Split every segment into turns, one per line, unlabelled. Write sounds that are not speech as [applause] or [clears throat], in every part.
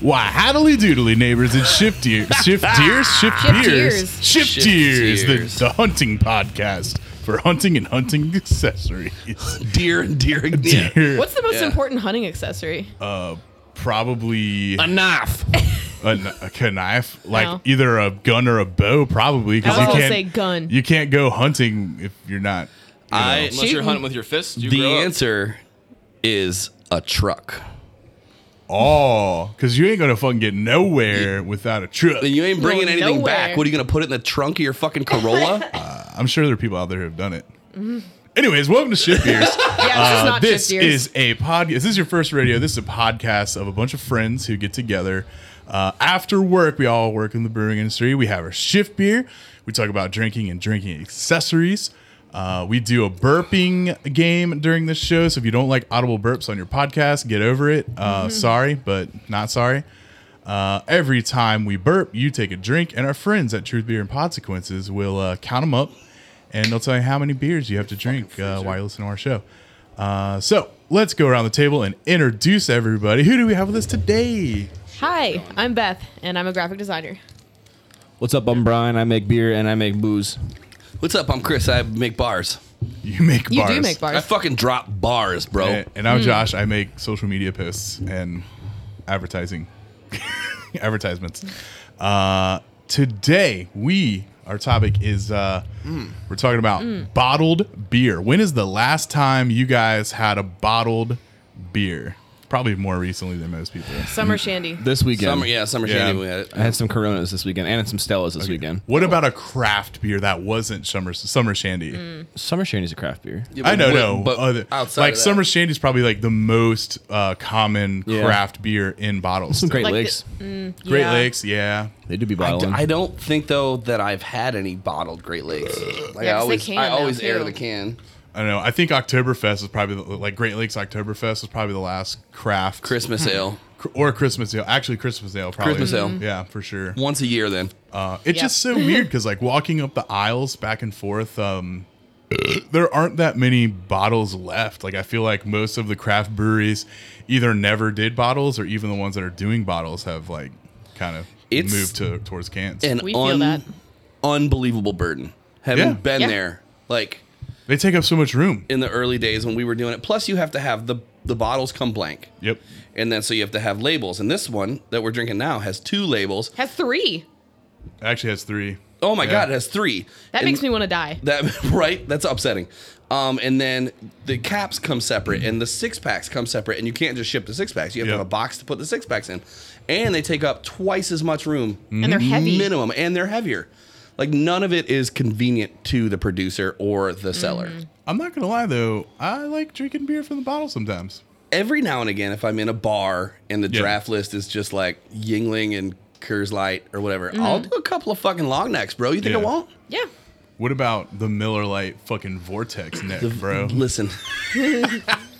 Why, haddly doodly neighbors and shift deer, shift
[laughs]
deers, shift
Shift
beers,
ears.
shift
Shift
deers,
ears.
the, the hunting podcast for hunting and hunting accessories.
Deer and [laughs] deer and deer.
Deer,
What's the most
Yeah.
important hunting accessory?
probably
A [laughs] knife.
a, kn- a k- knife, like
No.
either a gun or a bow, probably because
I was
you
gonna
can't
say gun.
You can't go hunting if you're not.
I,
Unless you're
Shooting.
hunting with your fists, you
the
grow up.
answer is a truck.
Oh, because you ain't gonna fucking get nowhere without a truck.
Then you ain't bringing
Going
anything back.
nowhere.
What are you going to put it in the trunk of your fucking Corolla?
[laughs]
I'm sure there are people out there who have done it. Anyways, welcome to Shift Ears.
[laughs] Yeah, this is
Uh,
not
this
shift ears.
is a podcast. This is your first radio. This is a podcast of a bunch of friends who get together uh, after work. We all work in the brewing industry. We have our shift beer. We talk about drinking and drinking accessories. Uh, we do a burping game during this show. So if you don't like audible burps on your podcast, get over it. Uh,
Mm-hmm.
Sorry, but not sorry. Uh, every time we burp, you take a drink, and our friends at Truth Beer and Consequences will uh, count them up, and they'll tell you how many beers you have to drink uh, while you listen to our show. Uh, so let's go around the table and introduce everybody. Who do we have with us today?
Hi, I'm Beth, and I'm a graphic designer.
What's up? I'm Brian. I make beer and I make booze.
What's up? I'm Chris. I make bars.
You make
You
bars.
do make
I
bars. Hmm.
fucking drop bars, bro.
And, and I'm Josh. I make social media posts and advertising, [laughs] advertisements. Uh, today we our topic is uh,
Hmm.
we're talking about bottled beer. When is the last time you guys had a bottled beer? Probably more recently than most people.
Summer shandy.
This weekend,
Summer, yeah, summer
Yeah.
shandy. We had it.
I had some Coronas this weekend and some Stellas this weekend.
What about a craft beer that wasn't summer summer shandy?
Hmm.
Summer Shandy's a craft beer.
Yeah,
I
but-
know,
but-
no.
But
Other-
outside
like
of that,
summer shandy's probably like the most uh, common
Yeah.
craft beer in
[laughs]
bottles.
Some Great
Like the- Mm,
Lakes.
Great
Yeah.
Lakes, yeah.
They do be
I, d-
bottling.
I don't think though that I've had any bottled Great Lakes. Like
Yeah, 'cause they
I always,
can
I
now,
always air
too.
the can.
I don't know. I think Oktoberfest is probably the, like Great Lakes Oktoberfest was probably the last craft
Christmas ale
cr- or Christmas ale. Actually, Christmas ale probably.
Christmas ale.
Yeah, for sure.
once a year. Then
Uh, it's
Yep.
just so weird because like walking up the aisles back and forth, um, there aren't that many bottles left. Like I feel like most of the craft breweries either never did bottles or even the ones that are doing bottles have like kind of
It's-
moved to towards cans.
an
We feel
un-
that.
unbelievable burden. Having
Yeah.
been
Yeah.
there, like
they take up so much room.
in the early days when we were doing it. Plus, you have to have the the bottles come blank,
Yep.
and then so you have to have labels. And this one that we're drinking now has two labels.
Has three.
It actually has three.
Oh my
Yeah.
god, it has three.
That
And
makes me want to die.
that [laughs] right. That's upsetting. Um, and then the caps come separate, and the six packs come separate, and you can't just ship the six packs. You have
Yeah.
to have a box to put the six packs in, and they take up twice as much room
And they're heavy.
minimum, and they're heavier. Like none of it is convenient to the producer or the seller.
Mm-hmm.
I'm not gonna lie though, I like drinking beer from the bottle sometimes.
Every now and again, if I'm in a bar and the
Yeah.
draft list is just like Yingling and Coors Light or whatever,
Mm-hmm.
I'll do a couple of fucking long necks, bro. You think I
Yeah.
won't?
Yeah.
What about the Miller Lite fucking vortex neck, bro? [laughs]
Listen.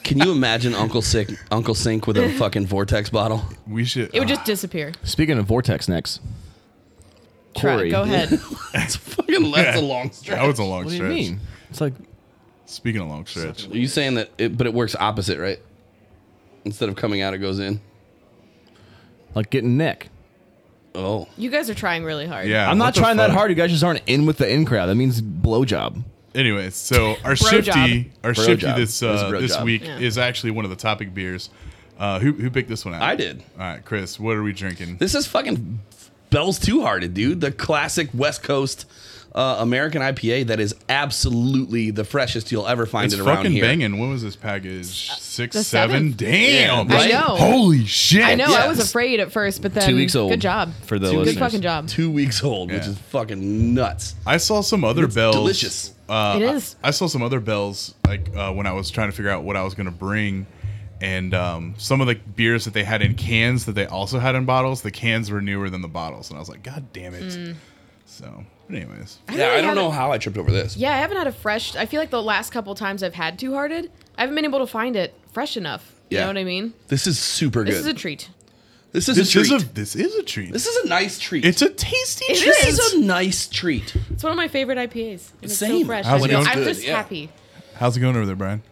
Can you imagine Uncle Sick, Uncle Sink with a fucking Vortex bottle?
We should. uh,
It would just disappear.
Speaking of Vortex necks,
Try.
Corey.
it. Go ahead.
That's fucking that's a long
Ah,
stretch.
that was a long
What do you
stretch.
mean? It's like
Speaking of long stretch,
Are you saying that? It, but it works opposite, right? Instead of coming out, it goes in.
like getting neck.
Oh,
You guys are trying really hard.
yeah.
I'm
what
not
the
trying that
fuck?
hard. You guys just aren't in with the in crowd. That means blowjob.
Anyways,
[laughs]
so our
Bro
shifty,
job.
our
Bro
shifty
job.
this
It was
uh,
bro
this
job.
week
Yeah.
is actually one of the topic beers. Uh, who who picked this one out?
I did.
All right, Chris, what are we drinking?
this is fucking Bell's Two Hearted, dude. The classic West Coast uh, American IPA that is absolutely the freshest you'll ever find
it's
it around
fucking
here.
banging. What was this package? Six,
Uh, the
seven.
seventh.
Damn,
Yeah, I
right?
know.
Holy shit!
I know. I was
Yes.
afraid at first, but then
Two weeks old
Good job
for the
Two good
listeners.
fucking job.
Two weeks old, which
Yeah.
is fucking nuts.
I saw some other
It's
bells.
delicious.
Uh,
It is.
I, I saw some other bells like uh, when I was trying to figure out what I was going to bring, and um, some of the beers that they had in cans that they also had in bottles. The cans were newer than the bottles, and I was like, God damn it!
Mm.
So, but anyways,
yeah,
really
I don't
haven't-
know how I tripped over this.
Yeah, I haven't had a fresh. I feel like the last couple times I've had Two Hearted, I haven't been able to find it fresh enough. You
Yeah.
know what I mean?
This is super
This
good.
is a treat.
this is a
this
treat.
is a this is a treat.
this is a nice treat.
it's a tasty
It
treat.
this is a nice treat.
It's one of my favorite IPAs. And It's
Same.
so fresh.
How's
I
it
feel-
going?
I'm
Good,
just
yeah.
happy.
How's it going over there, Brian?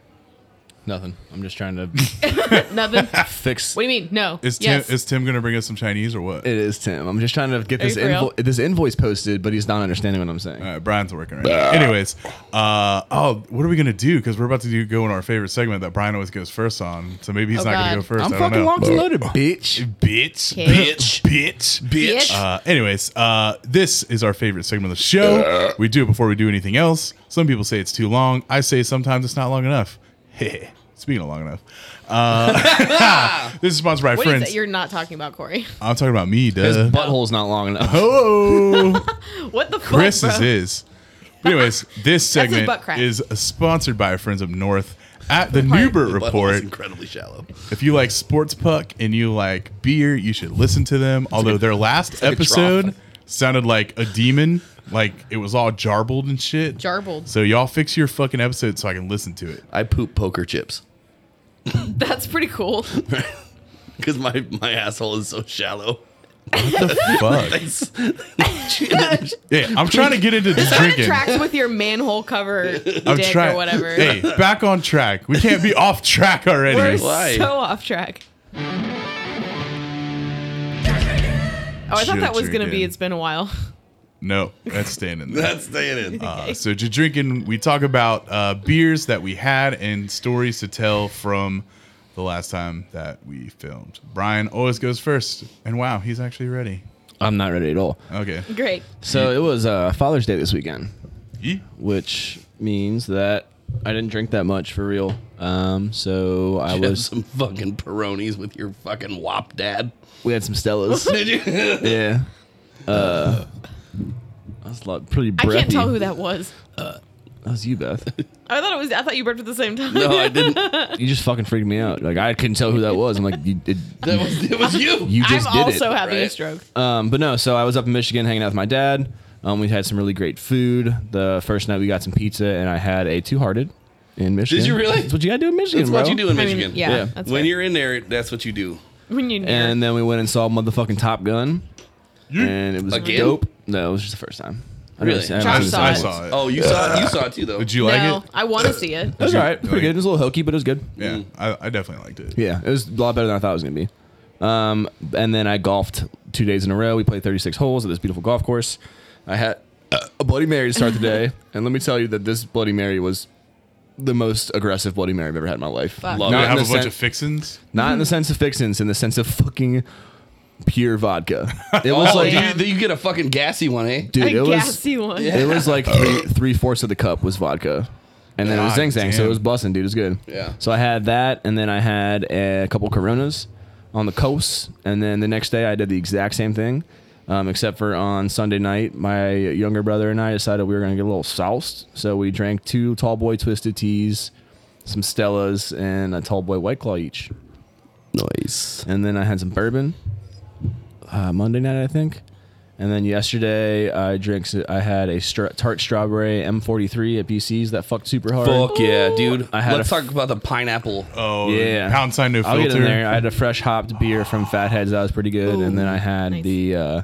Nothing. I'm just trying to
[laughs]
Nothing. what
[laughs] fix.
do you mean? No.
Is Tim
yes.
is Tim gonna bring us some Chinese or what?
It is Tim. I'm just trying to get this
you for real?
invo- this invoice posted, but he's not understanding what I'm saying.
All right, Uh, Brian's working right now. Anyways, uh, oh, what are we gonna do? Because we're about to do go in our favorite segment that Brian always goes first on. So maybe he's
Oh,
not gonna
God.
go first.
I'm
I don't
fucking
know.
locked and loaded, bitch.
Bitch,
Okay.
bitch, bitch,
Bitch.
Uh, anyways, uh, this is our favorite segment of the show. We do it before we do anything else. Some people say it's too long. I say sometimes it's not long enough. [laughs] Heh. Speaking of long enough, uh, [laughs] this is sponsored by
What is
friends.
that you're not talking about, Corey? [laughs]
I'm talking about me,
His
duh.
butthole's not long enough.
[laughs] Oh,
What the
Chris
fuck, bro?
is his. Anyways, this
That's his
segment
butt crack.
is sponsored by our friends up north at the
Right.
Newbert
The butthole is
Report.
incredibly shallow.
If you like sports puck and you like beer, you should listen to them. Although their last
like a
episode
trough.
sounded like a demon, like it was all jarbled and shit.
Jarbled.
So y'all fix your fucking episode so I can listen to
[laughs]
it.
I poop poker chips
That's pretty cool.
because my my asshole is so shallow.
Fuck.
It's- it's-
Yeah, I'm trying to get
[laughs]
into this
Kind of
drinking.
tracks with your manhole cover
I'm
dick
trying.
or whatever.
Hey, back on track. We can't be off track
[laughs]
already.
We're
Why?
so off track. Oh, I thought that was gonna be.
Drinking.
It's been a while. [laughs]
No, that's staying in there.
That's staying in.
Uh, so just drinking, we talk about uh, beers that we had and stories to tell from the last time that we filmed. Brian always goes first, and wow, he's actually ready.
I'm not ready at all.
Okay.
Great.
So it was uh, Father's Day this weekend,
Yee.
which means that I didn't drink that much for real. Um, so I
You have
was.
some fucking Peronis with your fucking wop
[laughs]
dad.
We had some Stellas.
Did you?
[laughs] yeah. Uh, that's like pretty
I
breathy.
can't tell who that was.
That was you, Beth.
I thought it was. I thought you burped at the same time.
no, I [laughs] didn't.
you just fucking freaked me out. Like I couldn't tell who that was. I'm like, you, it,
That was it was you.
you just
I'm
did it.
also having a
right?
stroke.
Um, but no, so I was up in Michigan hanging out with my dad. Um, we had some really great food. The first night we got some pizza, and I had a two hearted in Michigan.
you really?
That's what you gotta do in Michigan,
That's what
bro.
you do in
I mean,
Michigan.
yeah,
Yeah.
That's
when
fair.
you're in there, that's what you do.
when you're near.
And then we went and saw motherfucking Top Gun,
You-
and it was
Again?
dope. No, it was just the first time. I
Really?
never seen- I
Josh
haven't seen
saw
I
it.
saw it.
Oh, you saw you saw it too though.
Did you
no,
like it?
I want to see it.
It was
Did you-
alright, pretty
like-
good. It was a little hokey, but it was good.
Yeah, I, I definitely liked it.
Yeah, it was a lot better than I thought it was gonna be. Um, and then I golfed two days in a row. We played 36 holes at this beautiful golf course. I had uh, a Bloody Mary to start the day, and let me tell you that this Bloody Mary was the most aggressive Bloody Mary I've ever had in my life.
Fuck.
Did
Not
it
in
have a
the
bunch
sen-
of fixins?
Not in the sense of fixins, in the sense of fucking pure vodka. It was
Oh,
like,
damn.
you, you get a fucking gassy one, eh?
dude, it
a
was
gassy one.
it was like three, three fourths of the cup was vodka, and then it was
God
zing zang, so
damn.
it was busting, dude. It was good.
Yeah.
So I had that, and then I had a couple Coronas on the coast, and then the next day I did the exact same thing, um, except for on Sunday night, my younger brother and I decided we were gonna get a little soused, so we drank two Tall Boy Twisted Teas, some Stellas, and a Tall Boy White Claw each
Nice.
and then I had some bourbon uh, Monday night, I think. And then yesterday, I drank. s- I had a stra- tart strawberry M43 at BC's that fucked super hard.
Fuck yeah, dude.
I had
Let's
a-
talk about the pineapple.
Oh,
yeah,
Pound sign no
I'll
filter.
get in there. I had a fresh hopped beer from Fatheads that was pretty good, and then I had
nice.
the uh,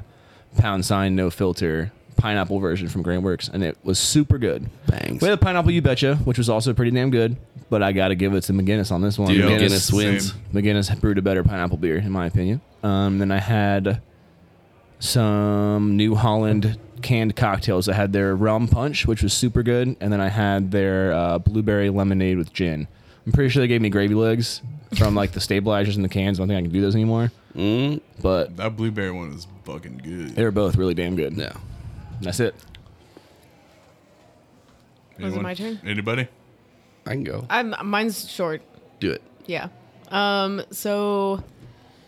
pound sign no filter pineapple version from Grand Works, and it was super good.
Bangs.
We had a pineapple you betcha, which was also pretty damn good. But I gotta give it to McGinnis on this one.
Dude,
Yeah,
McGinnis
same.
wins.
McGinnis brewed a better pineapple beer, in my opinion. Um, then I had some New Holland canned cocktails. I had their rum punch, which was super good, and then I had their uh, blueberry lemonade with gin. I'm pretty sure they gave me gravy legs from like the stabilizers in the cans. I don't think I can do those anymore. Mm. But
That blueberry one is fucking good.
they were both really damn good.
Yeah.
That's it.
it
Anyone?
my turn?
Anybody?
I can go.
I'm, mine's short.
Do it.
Yeah. Um. So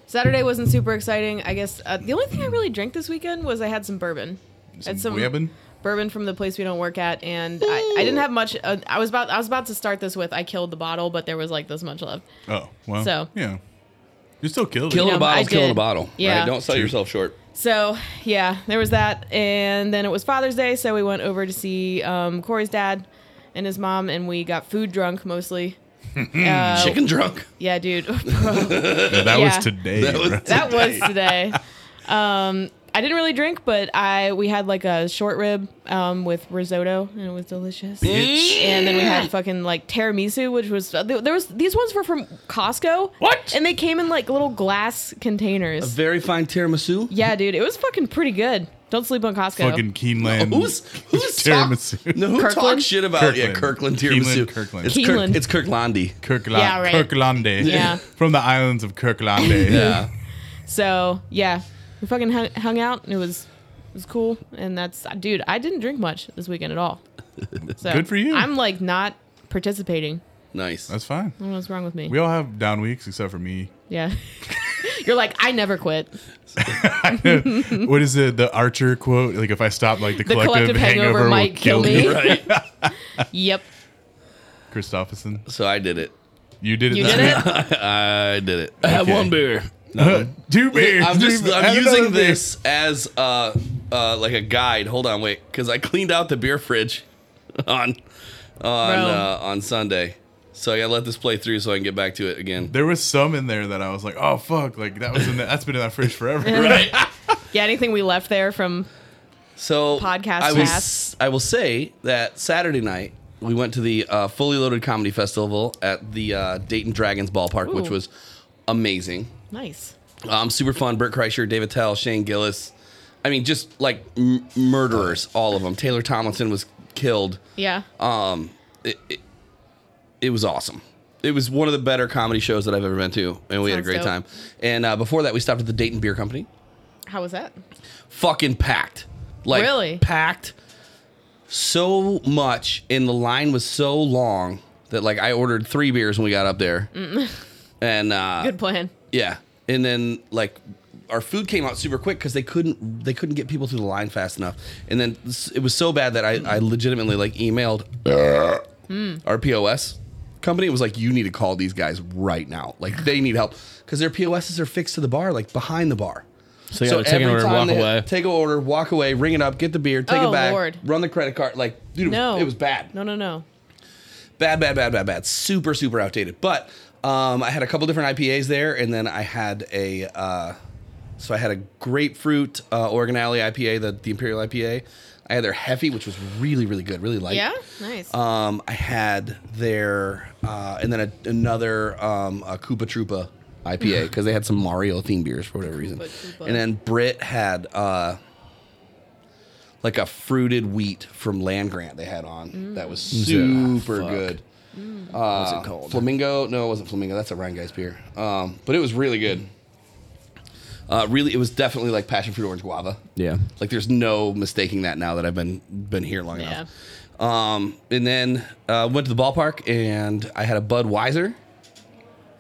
Saturday wasn't super exciting. I guess uh, the only thing I really drank this weekend was I had some bourbon. Had some
Webbin?
bourbon from the place we don't work at, and I, I didn't have much. Uh, I was about I was about to start this with I killed the bottle, but there was like this much left.
Oh, well.
So.
Yeah. You still killed
Killing
it.
know,
a
I
bottle's killing a
did.
bottle.
Yeah.
Right? Don't sell yourself short.
So yeah, there was that, and then it was Father's Day, so we went over to see um, Corey's dad and his mom, and we got food drunk [laughs] mostly. Uh,
Chicken drunk. [laughs]
yeah, dude,
No, that
Yeah.
was today.
[laughs]
That was-
bro. [laughs]
that was today. Um, I didn't really drink, but I we had like a short rib um, with risotto, and it was delicious.
Bitch.
And then we had fucking like tiramisu, which was uh, there was these ones were from Costco.
What?
And they came in like little glass containers.
Very fine tiramisu.
yeah, dude, it was fucking pretty good. Don't sleep on Costco.
Fucking Keeneland.
Who's who's
[laughs] Tiramisu. [laughs]
Talk, no, who
Kirkland?
talks shit about yeah
Kirkland.
Kirkland
Keeneland,
tiramisu?
Kirkland.
It's, Kirk,
Keeneland.
it's Kirklandy.
Kirkland,
Yeah, right.
Kirklande. [laughs]
Yeah.
From the islands of
[laughs]
Kirklande.
Yeah.
So yeah, we fucking hung, hung out, and it was it was cool. And that's dude, I didn't drink much this weekend at all.
[laughs]
So
Good for you.
I'm like not participating.
Nice.
That's fine.
I don't know what's wrong with me.
We all have down weeks except for me.
yeah. [laughs] You're like, I never quit.
What is it? The Archer quote? Like, if I stop, like, the
Mm-hmm. The
collective, hangover,
might
will
kill me. [laughs]
right.
Yep.
Christopherson.
So I did it.
You did it.
You
this
did it?
I did it.
I had
Okay.
one beer.
week.
[laughs]
[laughs] Two beers.
I'm
two
just
beers.
I'm
Another
using
beer.
this as uh uh like a guide. Hold on, wait, because I cleaned out the beer fridge [laughs] on on
Bro.
uh, on Sunday, so I gotta let this play through so I can get back to it again.
There was some in there that I was like, oh fuck, like that was in the, that's been in that fridge forever.
Right.
Yeah, anything we left there from
So
Podcast
I will,
pass.
I will say that Saturday night we went to the uh, Fully Loaded Comedy Festival at the uh, Dayton Dragons ballpark, which
Ooh.
was amazing.
nice.
Um, super fun. Burt Kreischer, David Tell, Shane Gillis. I mean, just like m- murderers, all of them. Taylor Tomlinson was killed.
Yeah.
Um, it, it, it was awesome. It was one of the better comedy shows that I've ever been to, and we had a
Sounds
great
dope.
time. And uh, before that, we stopped at the Dayton Beer Company.
How was that?
Fucking packed, like
Really?
packed. So much, and the line was so long that like I ordered three beers when we got up there, and uh,
Mm. [laughs] Good plan.
yeah, and then like our food came out super quick because they couldn't they couldn't get people through the line fast enough. And then s- it was so bad that I, I legitimately like emailed
Mm.
our POS company. It was like you need to call these guys right now. Like they need help because their POSs are fixed to the bar, like behind the bar.
So you gotta take an
every
order,
time
walk
they-
away.
Take an order, walk away, ring it up, get the beer, take
Oh,
it back,
Lord.
run the credit card. Like, dude, it was,
No.
it was bad
No, no, no.
bad, bad, bad, bad, bad. Super, super outdated. But um, I had a couple different IPAs there, and then I had a uh, so I had a grapefruit uh, Oregon Alley IPA, the, the Imperial IPA. I had their Heffy, which was really, really good, really light.
Yeah? Nice.
Um, I had their uh, and then a, another um, a Koopa Troopa
[laughs]
IPA because they had some Mario themed beers for whatever reason.
Koopa Troopa.
And then Brit had uh, like a fruited wheat from Land Grant they had on
Mm.
that was super
Fuck.
good.
What's
Uh,
it called?
Flamingo? No, it wasn't Flamingo. That's a Ryan Guy's beer. Um, but it was really good. Uh, really, it was definitely like passion fruit orange guava.
yeah.
Like there's no mistaking that now that I've been been here long
Yeah.
enough. Um, and then uh, went to the ballpark and I had a Budweiser.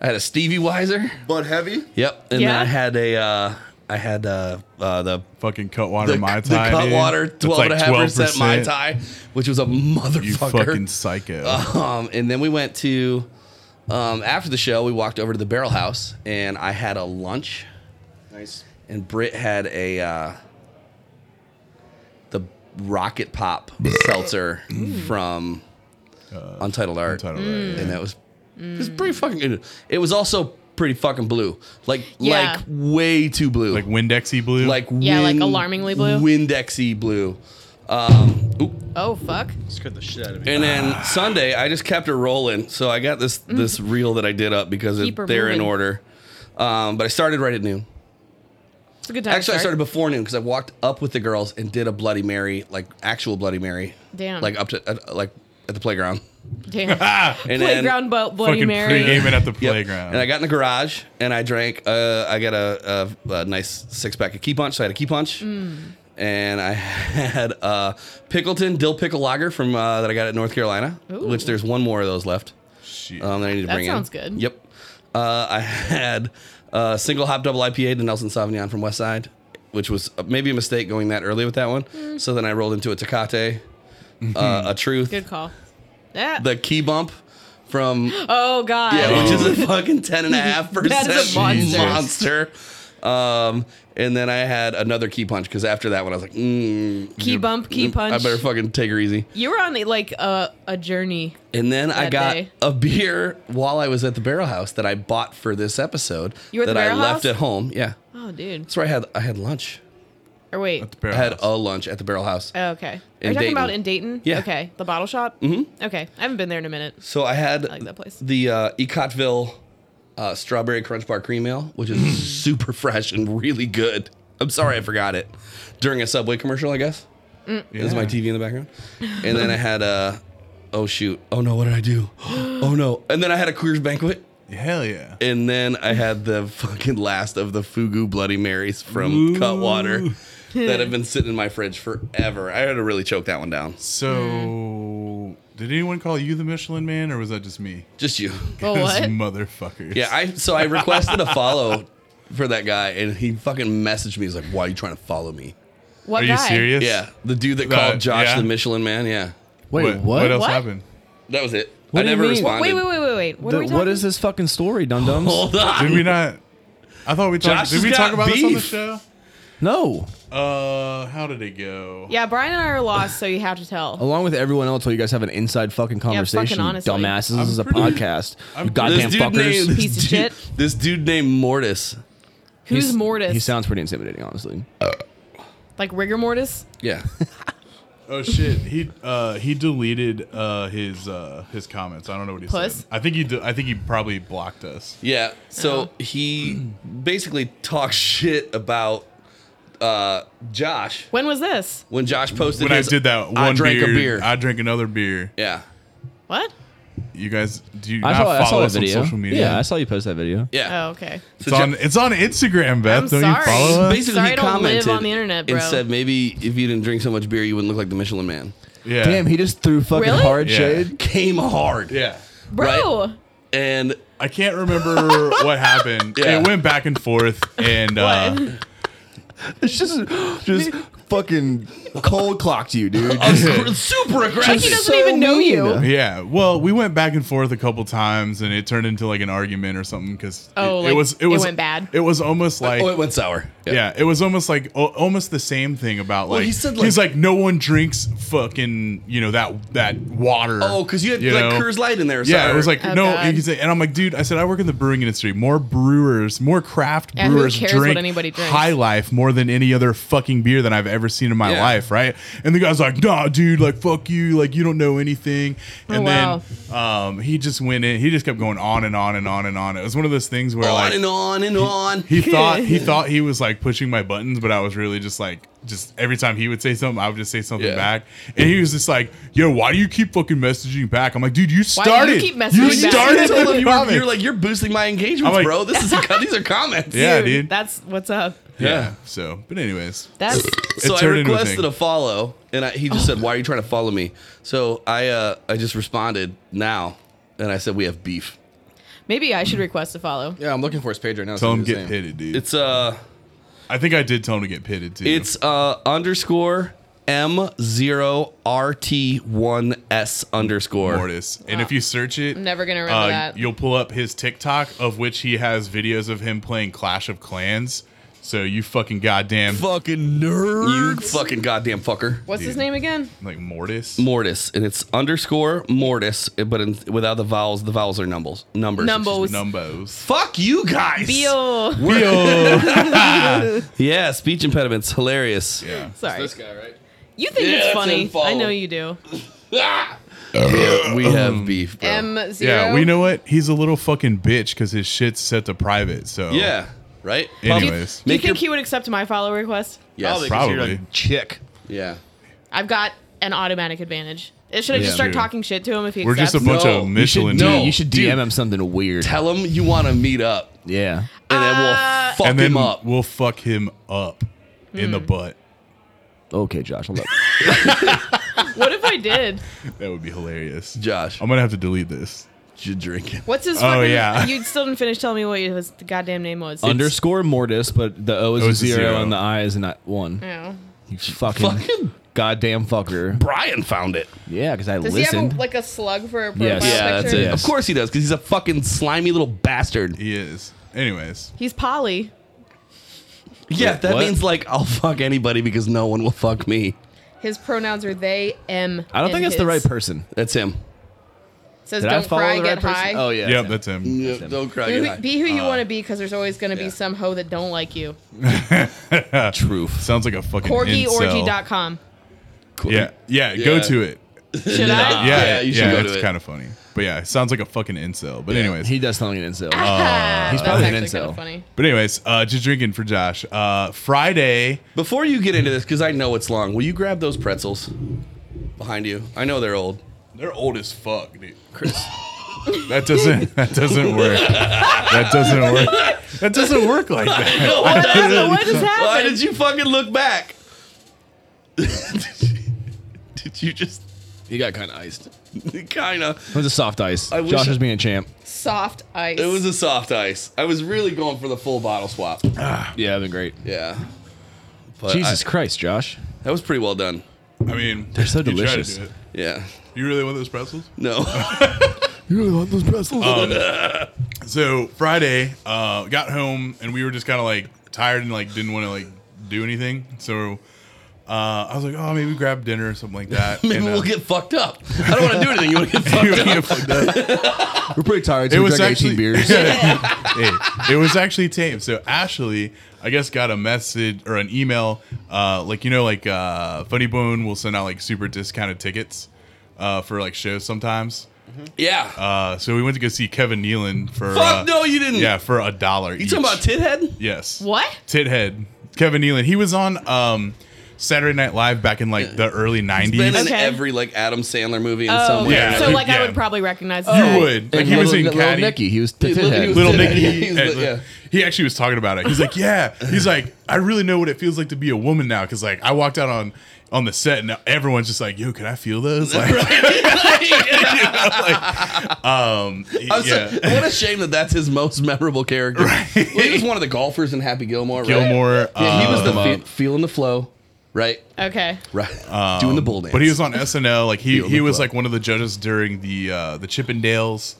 I had a Stevie Weiser.
Bud Heavy.
Yep. And then
Yeah?
I had a uh, I had uh, uh, the
[laughs] Fucking Cutwater
the,
Mai
the
Tai. dude.
Cutwater
It's
twelve and a half percent mai
12%.
tai, which was a
You
motherfucker.
fucking psycho.
[laughs] Um, and then we went to um, after the show. We walked over to the Barrel House, and I had a lunch,
Nice.
and Britt had a uh, the Rocket
[laughs]
Pop seltzer from Untitled Art,
Mm. Uh, Untitled Art, Mm.
and that was it was pretty fucking good. It was also pretty fucking blue, like
Yeah.
like way too blue,
like Windexy blue.
like
Yeah, like alarmingly blue?
Windexy blue. Um, ooh,
oh fuck.
Scared the shit out of me.
and then Sunday, I just kept it rolling. So I got this this reel that I did up because it,
Mm-hmm. Keep her
they're in
moving.
order. Um, but I started right at noon.
It's a good time. to
Actually, I
start.
started before noon because I walked up with the girls and did a Bloody Mary, like actual Bloody Mary.
Damn.
Like up to uh, like at the playground.
Damn.
[laughs] And
Playground
Then,
bo-
[laughs]
Bloody
fucking
Mary.
pre-gaming at the
Yep.
playground.
And I got in the garage and I drank. Uh, I got a, a, a nice six pack of key punch. So I had a key punch.
Mm.
And I [laughs] had uh, Pickleton dill pickle lager from uh, that I got at North Carolina,
Ooh.
which there's one more of those left.
Shit.
Um, that I need to
That
bring in.
sounds good.
Yep. Uh, I [laughs] had uh, single hop double IPA to Nelson Sauvignon from West Side, which was uh, maybe a mistake going that early with that one.
Mm.
So then I rolled into a Tecate, uh, a Truth,
Good call. Yeah.
the Key Bump from
oh god.
yeah, which is a fucking ten and a half
[laughs]
percent
That is a monster.
monster. Um, and then I had another key punch because after that one I was like, mm,
Key
you-
bump, key
I
punch.
better fucking take her easy.
You were on like a a journey.
And then I
that
got
day.
a beer while I was at the Barrel House that I bought for this episode
You were at
that
the
I
Barrel
left
House?
at home. Yeah,
Oh dude.
that's where I had I had lunch.
Or wait.
At the barrel
had
house.
a lunch at the Barrel House.
Oh, okay. Are you
In
talking
Dayton.
about in Dayton?
Yeah.
Okay. The bottle shop? Mm-hmm. Okay. I haven't been there in a minute.
So I had
like that place.
the uh, Ecottville uh, strawberry crunch bar cream ale, which is
[laughs]
super fresh and really good. I'm sorry I forgot it during a Subway commercial, I guess.
Yeah.
This is my TV in the background.
[laughs]
And then I had uh, oh shoot, oh no, what did I do? [gasps] Oh no! And then I had a Queers banquet,
Hell yeah.
and then I had the [laughs] fucking last of the Fugu Bloody Marys from Cutwater that have been sitting in my fridge forever. I had to really choke that one down.
So, did anyone call you the Michelin Man, or was that just me?
Just you.
[laughs]
Oh,
Those
what?
motherfuckers.
Yeah, I so I requested a follow for that guy, and he fucking messaged me. He's like, "Why are you trying to follow me?"
What
Are you
guy?
serious?
Yeah, the dude that
Uh,
called Josh
yeah?
the Michelin Man. Yeah,
Wait, what?
What else
What?
happened?
that was it.
What
I
do you
never
mean?
responded.
Wait, wait, wait, wait, wait. What
The-
are we talking
what is this fucking story, dum
[laughs]
dums?
Hold on.
Did we not? I thought we talked.
Josh
Did
has
we
got
talk about this on the
beef.
show?
no,
Uh, how did it go?
Yeah, Brian and I are lost, so you have to
Oh,
tell.
along with everyone else, while you guys have an inside fucking conversation, you
honestly.
dumbasses. This
I'm
is a
pretty-
podcast.
I'm
you
pretty-
goddamn fuckers.
this
Piece of
dude-
shit.
This dude named Mortis.
Who's
He's-
Mortis?
He sounds pretty intimidating, honestly.
like rigor mortis?
Yeah,
Oh shit. He uh he deleted uh his uh his comments. I don't know what he
Puss.
said. I think he de- I think he probably blocked us.
yeah. So he basically talks [laughs] shit about uh, Josh
When was this?
when Josh posted.
when I
his,
did that one
I drank
beer,
a beer.
I drank another beer.
yeah,
what?
You guys do you
I
not
saw, I
follow
saw that
us
video.
on social media?
Yeah, I saw you post that video.
yeah.
Oh, okay.
So
It's
Jo-
on it's on Instagram, Beth. don't
I'm sorry.
you follow us?
Basically,
Sorry
he
I don't live
commented
on the internet, bro.
and said maybe if you didn't drink so much beer, you wouldn't look like the Michelin Man.
Yeah.
Damn, he just threw fucking
Really?
hard
Yeah.
[laughs]
shade.
Came hard.
yeah.
Bro.
[laughs]
And
I can't remember [laughs] what happened.
Yeah.
It went back and forth and uh
It's just, just fucking cold clocked you,
[laughs]
dude.
super, super
He
aggressive.
doesn't even know you.
Yeah, well, we went back and forth a couple times, and it turned into like an argument or something because
Oh,
it,
like,
was it
it
was
went bad?
It was almost like
oh, it went sour.
yeah, it was almost like o- almost the same thing about like,
he said, like-
he's like no one drinks fucking you know that that water.
Oh, because you had like
know?
Coors Light in there.
Yeah,
sour.
it was like
Oh,
no,
God.
he's like- and I'm like, dude, I said I work in the brewing industry. More brewers, more craft
Yeah, who
brewers
cares what
drink
anybody drinks?
High Life more than any other fucking beer that I've ever seen in my
Yeah.
life, right? And the guy's like, nah, dude, like fuck you, like you don't know anything.
Oh,
And then um, he just went in. He just kept going on and on and on and on. It was one of those things where
on
like
and on and on.
he thought he thought he was like pushing my buttons, but I was really just like just every time he would say something, I would just say something
Yeah.
back. And he was just like, "Yo, why do you keep fucking messaging back?" I'm like, "Dude, you
do you
started.
keep messaging back?"
started.
I told him
the
you were,
comment.
you're like you're boosting my engagement,
I'm like-
[laughs]
bro. This is a, these are comments.
Yeah, dude.
That's what's up.
yeah. So, but anyways,
That's
So I
turned into a
requested
thing.
a, follow, and I, he just said, "Why are you trying to follow me?" So I uh, I just responded now, and I said, "We have beef."
maybe I should request a follow.
yeah, I'm looking for his page right now.
tell him get pitted, dude.
It's uh,
I think I did tell him to get pitted too.
it's uh underscore m zero r t one s underscore.
Mortis, and if you search it, uh,
I'm never gonna remember that.
You'll pull up his TikTok, of which he has videos of him playing Clash of Clans. So you fucking goddamn
fucking nerd.
You fucking goddamn fucker.
What's his name again?
like Mortis.
Mortis, and it's underscore Mortis, but in, without the vowels. The vowels are numbers. Numbers.
Numbos.
Numbos.
Fuck you guys.
Beal.
Yo.
Yeah, speech impediments. Hilarious.
yeah.
[laughs]
Sorry.
This guy, right?
You think
Yeah,
it's
that's
funny.
him, follow.
I know you do.
Yeah, we
Um,
have beef, bro.
M zero.
Yeah, we know what he's a little fucking bitch because his shit's set to private. So
yeah. Right.
Do you,
Anyways,
do you
Make
think
your-
he would accept my follow request?
Yes.
Probably. 'cause you're
probably.
a chick.
Yeah.
I've got an automatic advantage. It should I just
Yeah.
start
True.
talking shit to him if he
We're
accepts?
just a bunch
No,
of
you
You should,
Michelin.
dude,
men.
you should DM him something weird.
Tell him you want to meet up,
yeah.
and then we'll
Uh,
fuck
and then
him up. Hmm.
we'll fuck him up in the butt.
Okay, Josh. I'm up.
what if I did?
That would be hilarious.
Josh,
I'm gonna have to delete this.
you drinking?
What's [laughs] his
Oh,
fucking?
yeah.
You still didn't finish telling me what his goddamn name was.
Underscore Mortis, but the O is
O
a
is a
zero,
zero.
and the I is not one.
Yeah.
You fucking,
[laughs] Fucking-
goddamn fucker.
Brian found it.
Yeah, because I
Does he
listened.
have a, like a slug for a profile
Yes.
picture?
Yeah, that's it. Yes.
Of course he does, because he's a fucking slimy little bastard.
He is. Anyways,
He's Polly.
Yeah, that
What?
means like I'll fuck anybody because no one will fuck me.
His pronouns are they, M.
I don't think
and
it's the right
his.
person.
That's him.
says
Did I
don't
follow
cry,
the
get
right person?
high.
Oh Uh, yeah.
Yep, that's him.
Yeah, don't cry.
Be
get
who,
high.
be who you want to be because there's always going to be some hoe that don't like
[laughs]
you.
Truth.
Sounds like a fucking incel.
CorgiOrgy.com.
Yeah, yeah, go
Yeah.
to it.
Should
Yeah,
I? [laughs]
yeah,
you should go to
it's
it.
kind of funny. But yeah, it sounds like a fucking incel. But anyways,
He does sound like an incel.
He's
Oh, probably an
actually kind
incel.
of funny.
but anyways, uh, just drinking for Josh. Uh, Friday.
Before you get into this, because I know it's long, will you grab those pretzels behind you? I know they're old.
They're old as fuck, dude.
Chris.
[laughs] That doesn't that doesn't work. That doesn't work. That doesn't work like that.
What, happened? what
[laughs]
just happened?
Why did you fucking
[laughs]
look back? did you just
He got kind
[laughs]
of iced. It
kind of?
was a soft ice.
wish
Josh
I-
is being a champ.
Soft ice.
It was a soft ice. I was really going for the full bottle swap.
Yeah, been great.
Yeah. But
Jesus
I-
Christ, Josh.
that was pretty well done.
I mean,
They're so
you try to
delicious.
do it.
Yeah.
You really want those pretzels?
No. [laughs]
[laughs]
You really want those pretzels?
So Friday, uh, got home and we were just kind of like tired and like didn't want to like do anything. So uh, I was like, oh, maybe grab dinner or something like that.
[laughs] Maybe
And, uh, [laughs]
we'll get fucked up. I don't want to do anything. You want to get fucked
we get fucked up.
We're pretty tired. So
It
we
was
drank
actually [laughs]
18 beers.
hey, it was actually tame. So Ashley, I guess, got a message or an email, uh, like you know, like uh, Funny Bone will send out like super discounted tickets uh, for like shows sometimes.
Yeah.
Uh, so we went to go see Kevin Nealon for
Fuck
uh,
no, you didn't.
yeah for a dollar.
You talking about Tithead?
yes
what?
Tithead Kevin Nealon. He was on um, Saturday Night Live back in like the early
Been in
nineties.
Okay.
every like Adam Sandler movie in some
Oh,
way.
Yeah.
so like I
yeah.
would probably recognize
You
that.
would like
And
he was
little-
in
little
Caddy.
Nicky. He was the
Little Nicky
tithead.
was
little
Yeah,
Nicky.
[laughs] he's
and
like- yeah.
He actually was talking about it. He's like, yeah. He's like, I really know what it feels like to be a woman now. Cause like I walked out on on the set and everyone's just like, yo, can I feel
[laughs]
those? Like, [laughs] um,
I'm so-
yeah.
[laughs] what a shame that that's his most [laughs] memorable character. Well, he was one of the golfers in Happy Gilmore.
Gilmore.
Right? Yeah, he was the
um,
fe- feeling the flow, right?
Okay.
Right. Doing the bull dance.
Um, but he was on SNL. Like he,
Feel
he
the
was
flow.
like one of the judges during the uh, the Chippendales.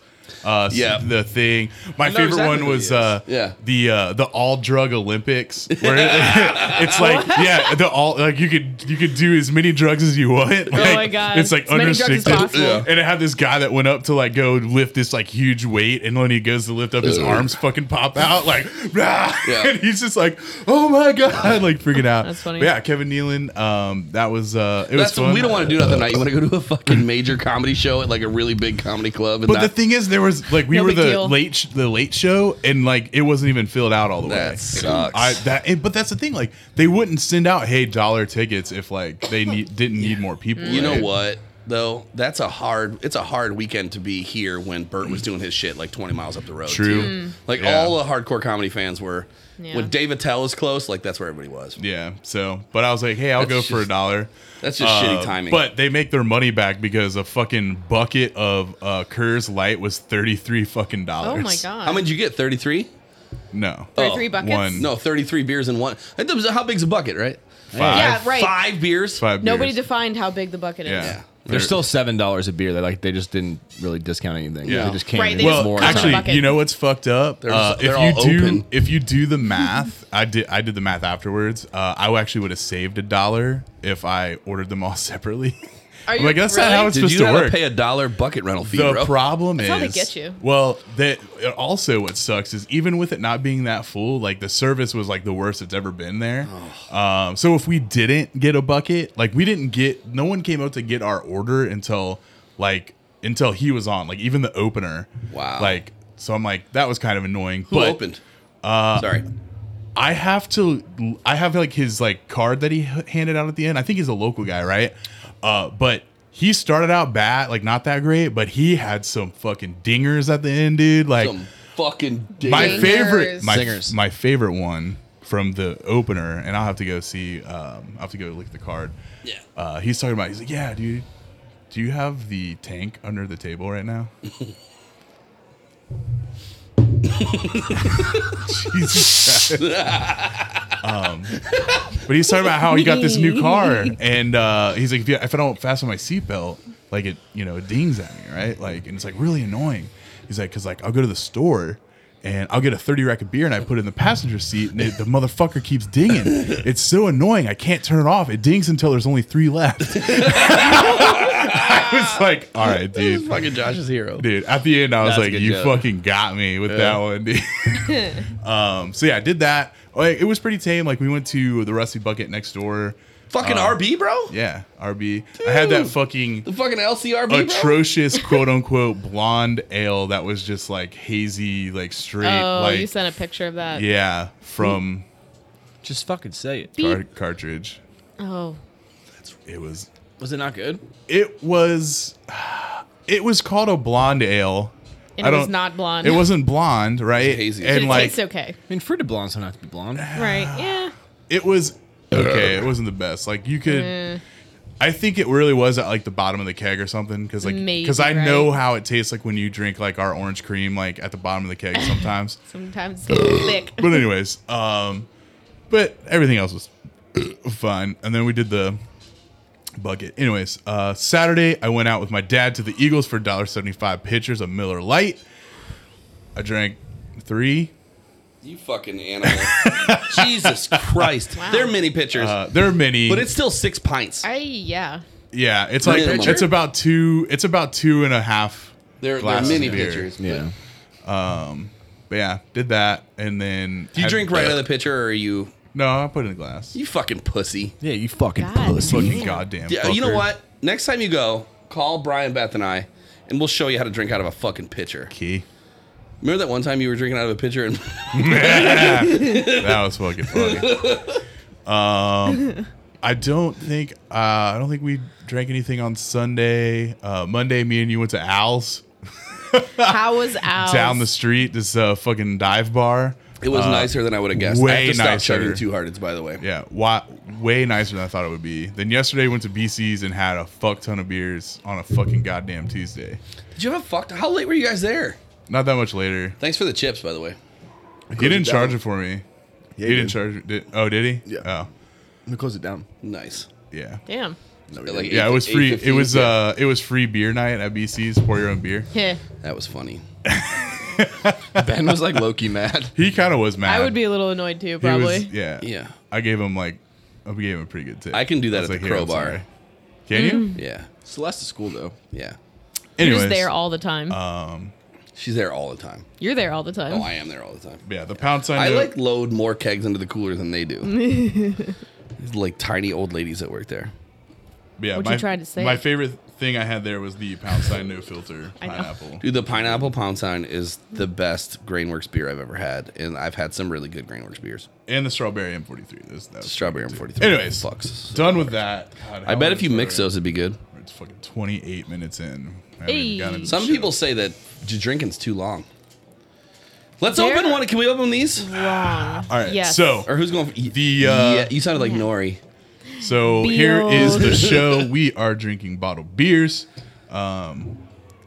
Uh, s-
Yeah.
the thing. My
know
favorite
exactly
one
who he
was
is.
uh,
Yeah.
the uh, the all drug Olympics. Where it- [laughs] it's like yeah, the all like you could you could do as many drugs as you want. Like,
Oh my God.
it's like
As many drugs as
unrestricted.
possible. Yeah.
And it had this guy that went up to like go lift this like huge weight, and when he goes to lift up, his arms fucking pop out like, [laughs] rah,
Yeah.
and he's just like, oh my god, [laughs] like freaking out.
That's funny.
But yeah, Kevin Nealon. Um, that was uh, it was
That's
fun.
we don't want to do nothing night. You want to go to a fucking major comedy show at like a really big comedy club. And
But the
that-
thing is, there was like we
No
were
big
the
deal.
late sh- the late show, and like it wasn't even filled out all the way.
That sucks.
I, that, and- but that's the thing. Like they wouldn't send out hey dollar tickets if like
[laughs]
they need, didn't need more people.
you know
right?
what though? That's a hard. It's a hard weekend to be here when Bert was doing his shit like 20 miles up the road.
True.
too.
Hmm.
Like
Yeah.
all the hardcore comedy fans were.
Mm-hmm. Yeah.
When Dave Attell is close, like that's where everybody was.
Yeah. So, but I was like, hey, I'll
That's
go for a
just-
dollar.
That's just
Uh,
shitty timing.
But they make their money back because a fucking bucket of uh, Kerr's Light was thirty three fucking
Oh
dollars.
my god.
how many did you get? 33.
No.
Three, three buckets.
one.
Oh. No, 33 beers in one. I thought it was- How big's a bucket, right?
Five.
Yeah, right.
Five beers.
Five.
Nobody
beers.
defined how big the bucket is.
Yeah.
Yeah.
There's still seven dollars a beer. They like they just didn't really discount anything.
Yeah.
They just came
Right, they
with
just
more.
Well,
cut
on top.
it.
actually,
bucket.
you know what's fucked up?
They're-
Uh,
they're
if
all
you do,
open.
if you do the math, [laughs] I did. I did the math afterwards. Uh, I actually would have saved a dollar if I ordered them all [laughs] separately.
Are
I'm
you
like that's not
really?
how it's
Did
supposed
you
to
gotta
work.
pay a dollar bucket rental fee,
the
bro?
problem is
how they get you.
Well, that also what sucks is even with it not being that full, like the service was like the worst it's ever been there. Um, so if we didn't get a bucket, like we didn't get, no one came out to get our order until like until he was on, like even the opener.
Wow.
Like so, I'm like that was kind of annoying.
Who
but
opened? Uh, Sorry.
I have to. I have like his like card that he h- handed out at the end. I think he's a local guy, right? Uh, but he started out bad, like not that great, but he had some fucking dingers at the end, dude. Like
Some fucking dick.
my
Dingers.
favorite, my
Singers.
my favorite one from the opener, and I'll have to go see. Um, I'll have to go look at the card.
Yeah.
Uh, he's talking about. He's like, yeah, dude. Do you have the tank under the table right now? Jesus. Christ. um, but he's talking about how he got this new car, and uh, he's like, if, you, if I don't fasten my seatbelt, like it, you know, it dings at me, right? Like, and it's like really annoying. He's like, because like I'll go to the store. And I'll get a 30 rack of beer and I put it in the passenger seat, and it, the motherfucker keeps dinging. It's so annoying. I can't turn it off. It dings until there's only three left. [laughs] I was like, all right, dude.
fucking Josh's hero.
Dude, at the end, I was
That's a
like,
good
you
joke.
fucking got me with that one, dude.
[laughs]
[laughs] um, so yeah, I did that. Like, it was pretty tame. Like, we went to the Rusty Bucket next door.
Fucking RB, bro.
Uh, Yeah, RB. I had that fucking
The fucking LCRB, bro.
atrocious quote unquote blonde ale that was just like hazy, like straight,
Oh,
like
you sent a picture of that.
yeah, from
Just fucking say it.
Beep.
car- cartridge.
Oh,
It was
Was it not good?
it was [sighs] it was called a blonde ale.
and
I
it was
don't-
not blonde.
It wasn't blonde, right?
hazy.
But
And
[laughs] it
like
tastes okay.
I mean, fruit de blondes don't have to be blonde.
Right? Yeah.
it was okay. It wasn't the best. Like you could,
Eh.
I think it really was at like the bottom of the keg or something. Because like,
Maybe,
because I know
right?
how it tastes like when you drink like our orange cream like at the bottom of the
[laughs]
keg sometimes.
Sometimes it's a little thick.
[sighs] but anyways, um, but everything else was [clears throat] fine. And then we did the bucket. Anyways, uh, Saturday I went out with my dad to the Eagles for $1.75 pitchers of Miller Light. I drank three.
You fucking animal. [laughs] Jesus Christ. There are many pitchers,
Uh, there are many,
but it's still six pints.
I yeah.
yeah, it's like
Minimum.
it's about two. It's about two and a half.
There, there are
glasses
many
of beer.
pitchers. but-
Yeah.
But yeah, did that, and then
Do you
had-
drink right out of the pitcher or are you
No, I put it in a glass.
you fucking pussy?
Yeah, you fucking
God. pussy.
Fucking goddamn.
Yeah, you know
fucker.
what? Next time you go, call Brian, Beth, and I, and we'll show you how to drink out of a fucking pitcher.
Key.
Remember that one time you were drinking out of a pitcher and [laughs]
That was fucking funny. um, I don't think uh, I don't think we drank anything on Sunday. Uh, Monday, me and you went to Al's
How was out?
[laughs] down the street, this uh, fucking dive bar.
it was
Uh,
nicer than I would have guessed. I
way
have to stop
nicer.
chugging two hearteds, by the way.
Yeah, wa- way nicer than I thought it would be. Then yesterday went to BC's and had a fuck ton of beers on a fucking goddamn Tuesday.
Did you have a fucked? How late were you guys there?
Not that much later.
Thanks for the chips, by the way.
He didn't
down.
charge it for me. he
Yeah, he
didn't charge it. Did, oh, did he?
Yeah.
Oh,
Let me close it down.
Nice.
yeah.
Damn.
No, we
Like,
didn't.
Yeah, it was
Eight-
free.
eight
It was
fifteen,
uh, it was free beer night at BC's. Pour your own beer.
Yeah.
That was funny. [laughs]
Ben was like Loki mad.
He kind of was mad.
I would be a little annoyed too,
Uh, He
probably.
Was, yeah.
Yeah.
I gave him like, I gave him a pretty good tip.
I can do that
I was
at the
"Here, I'm
crowbar."
sorry." Can you?
Yeah.
Celeste is cool though.
Yeah.
You're
Anyways, Uh,
just Mm. there all the time.
She's there all the time.
You're there all the time.
Oh, I am there all the time.
yeah, the pound sign.
I
note-
like load more kegs into the cooler than they
[laughs]
do. It's like tiny old ladies that work there.
Yeah,
what
my,
you tried to say.
My favorite thing I had there was the pound sign no filter
I know.
pineapple.
Dude, the pineapple pound sign is the best Grainworks beer I've ever had, and I've had some really good Grainworks beers.
and the strawberry M43. This that was
Strawberry M43.
Anyways,
fucks.
done with that. God,
I
how
bet
long
if you
is
mix
that?
those, it'd be good.
It's fucking 28 minutes in. I haven't
Hey.
even gotten into
Some
the show.
people say that j- drinking's too long. Let's
There-
open one. Can we open these?
Wrong.
All right.
Yes.
So
Or who's going? For,
The, uh,
yeah, you sounded like Nori.
So here is the
Beers.
show. We are drinking bottled beers. Um,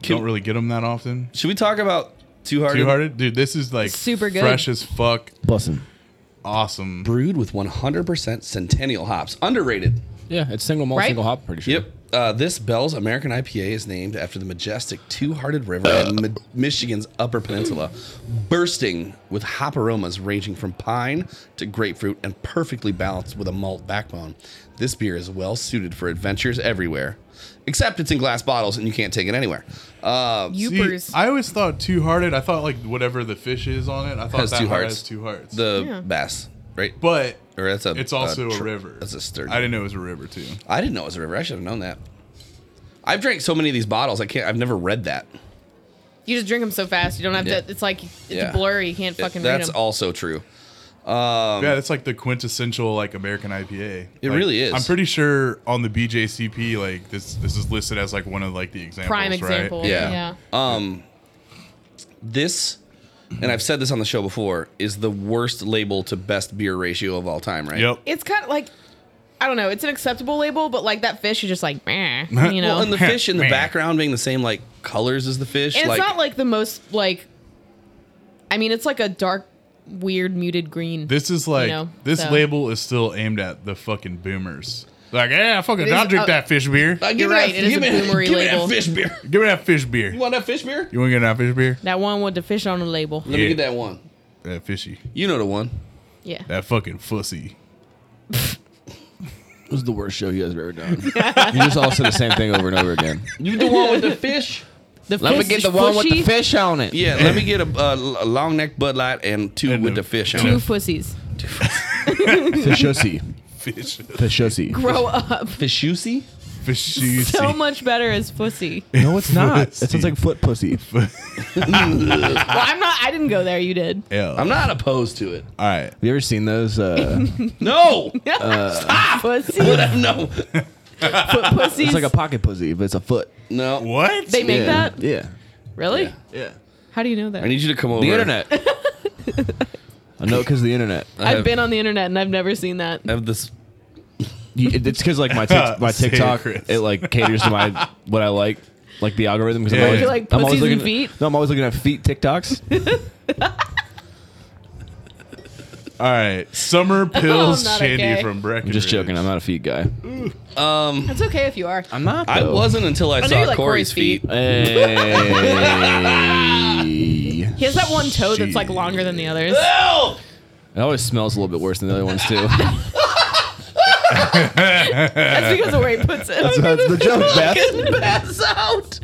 don't really get them that often.
Should we talk about Two Hearted?
Too hearted, dude. This is like
Super good.
fresh as fuck,
Listen.
awesome.
Brewed with 100% Centennial hops, underrated.
Yeah, it's single malt,
Right?
single hop, pretty sure.
Yep. Uh, this Bell's American IPA is named after the majestic Two Hearted River in
Uh.
Mi- Michigan's Upper Peninsula, bursting with hop aromas ranging from pine to grapefruit and perfectly balanced with a malt backbone. This beer is well suited for adventures everywhere, except it's in glass bottles and you can't take it anywhere. Uh,
See,
Youpers.
I always thought two hearted. I thought like whatever the fish is on it. I thought
Has
that
two
heart
hearts.
has two hearts.
the
Yeah.
bass, right?
but
Or that's a.
it's also a
tr-
river.
That's a sturgeon.
I didn't know it was a river too.
I didn't know it was a river. I should have known that. I've drank so many of these bottles. I can't. I've never read that.
you just drink them so fast. You don't have
Yeah.
to. It's like it's
Yeah.
blurry. You can't fucking read
That's
'em.
also true.
yeah, that's like the quintessential like American IPA.
It
Like,
really is.
I'm pretty sure on the BJCP like this this is listed as like one of like the examples.
Prime
right?
example.
Yeah.
Yeah.
this and I've said this on the show before is the worst label to best beer ratio of all time, right?
Yep.
It's kind of like. I don't know. It's an acceptable label, but like that fish, you're just like, meh, you know.
Well, and the fish in the
Man.
background being the same like colors as the fish,
And
like,
it's not like the most like. I mean, it's like a dark, weird, muted green.
This is like
know,
this
so.
label is still aimed at the fucking boomers. Like, yeah, fucking,
is-
I'll drink
uh,
that fish beer.
Uh, give
You're
me
right,
that-
it is
give
a
me that-
boomery
[laughs] give me that
label.
fish beer.
Give me that fish beer.
You want that fish beer?
You want to get that fish beer?
that one with the fish on the label.
Let
Yeah.
me get that one.
That fishy.
You know the one.
Yeah.
That fucking fussy.
This is the worst show you guys have ever [laughs] done. you just all said the same thing over and over again.
You the one
[laughs]
with the fish?
The
Let me
fish
get the one with the
pushy,
fish on it.
Yeah, let me get a, a, a long neck Bud Light and two
And
with
the-
the fish on
Two
it.
pussies.
Fishussy.
Fish.
Fishussy.
Grow up.
Fishusi?
Fishy. [laughs]
So much better as pussy. Well,
[laughs] No, it's not. It sounds
Fishy.
like foot pussy. Have
I'm not. I didn't go there. You did. [laughs]
Yeah.
I'm not opposed to it.
All right.
you ever seen those? [laughs] Uh,
No! [laughs]
pussy.
Would I- no.
Put pussies.
it's like a pocket pussy, but it's a foot.
No.
What?
they make
yeah.
that.
Yeah.
Really?
Yeah.
How do you know that?
I need you to come over.
The internet. [laughs] I know because the internet.
I've
have-
been on the internet and I've never seen that.
I have this.
You- it- It's because like my tic- my
Say it,
TikTok
Chris.
it like caters to my what I like like the algorithm because
Yeah.
I'm always,
You
like
I'm always
pussies
looking
and feet?
At, no, I'm always looking at feet TikToks.
All right.
[laughs]
Summer pills
Oh, not
shandy
okay.
from
I'm
Breckenridge.
just joking. I'm not a feet guy.
It's okay if you are.
I'm not.
I wasn't until I,
know
saw
you like
Corey's
Corey's
feet.
Hey.
He has that one toe that's like longer than the others.
No!
It always smells a little bit worse than the other ones too.
That's because of where he puts it. [laughs]
That's the joke, [laughs] Beth.
Pass out!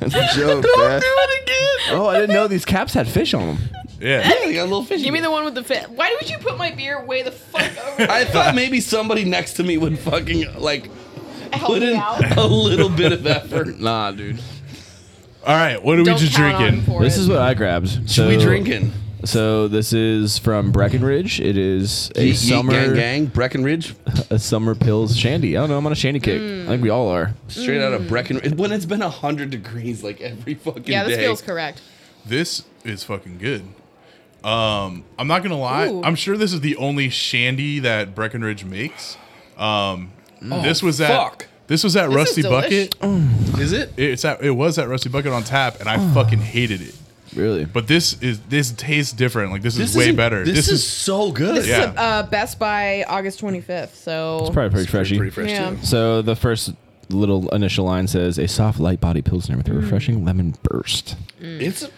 That's a joke,
Don't
man.
do it again!
Oh, I didn't know these caps had fish on them.
Yeah.
I got a little fishy.
Give me the one with the fit. Why would you put my beer way the fuck over?
I thought maybe somebody next to me would fucking, like,
[laughs] Help
put
me
in
out.
a little bit of effort.
Nah, dude.
All right. What are
Don't
we just
count on
drinking?
for
This
it.
is what I grabbed. So,
we drinking?
So this is from Breckenridge. It is a
Yeet, yeet,
summer
gang gang Breckenridge
a summer pills shandy. I don't know. I'm on a shandy kick.
Mm.
I think we all are.
straight out of Breckenridge when it's been 100 degrees like every fucking
yeah, this
day.
feels correct.
This is fucking good. Um, I'm not gonna lie.
Ooh.
I'm sure this is the only shandy that Breckenridge makes. Um, this was at
fuck.
this was at
This
Rusty
is
Bucket.
Is it?
It's at it was at Rusty Bucket on tap, and I fucking hated it.
Really?
But this is this tastes different. Like this,
This
is way
isn't-
better.
This, is, so good.
This
Yeah.
is a, uh, Best Buy August 25th, so
It's probably pretty freshy.
Pretty fresh
yeah.
too.
So the first little initial line says a soft light body pilsner with a refreshing lemon burst.
It's a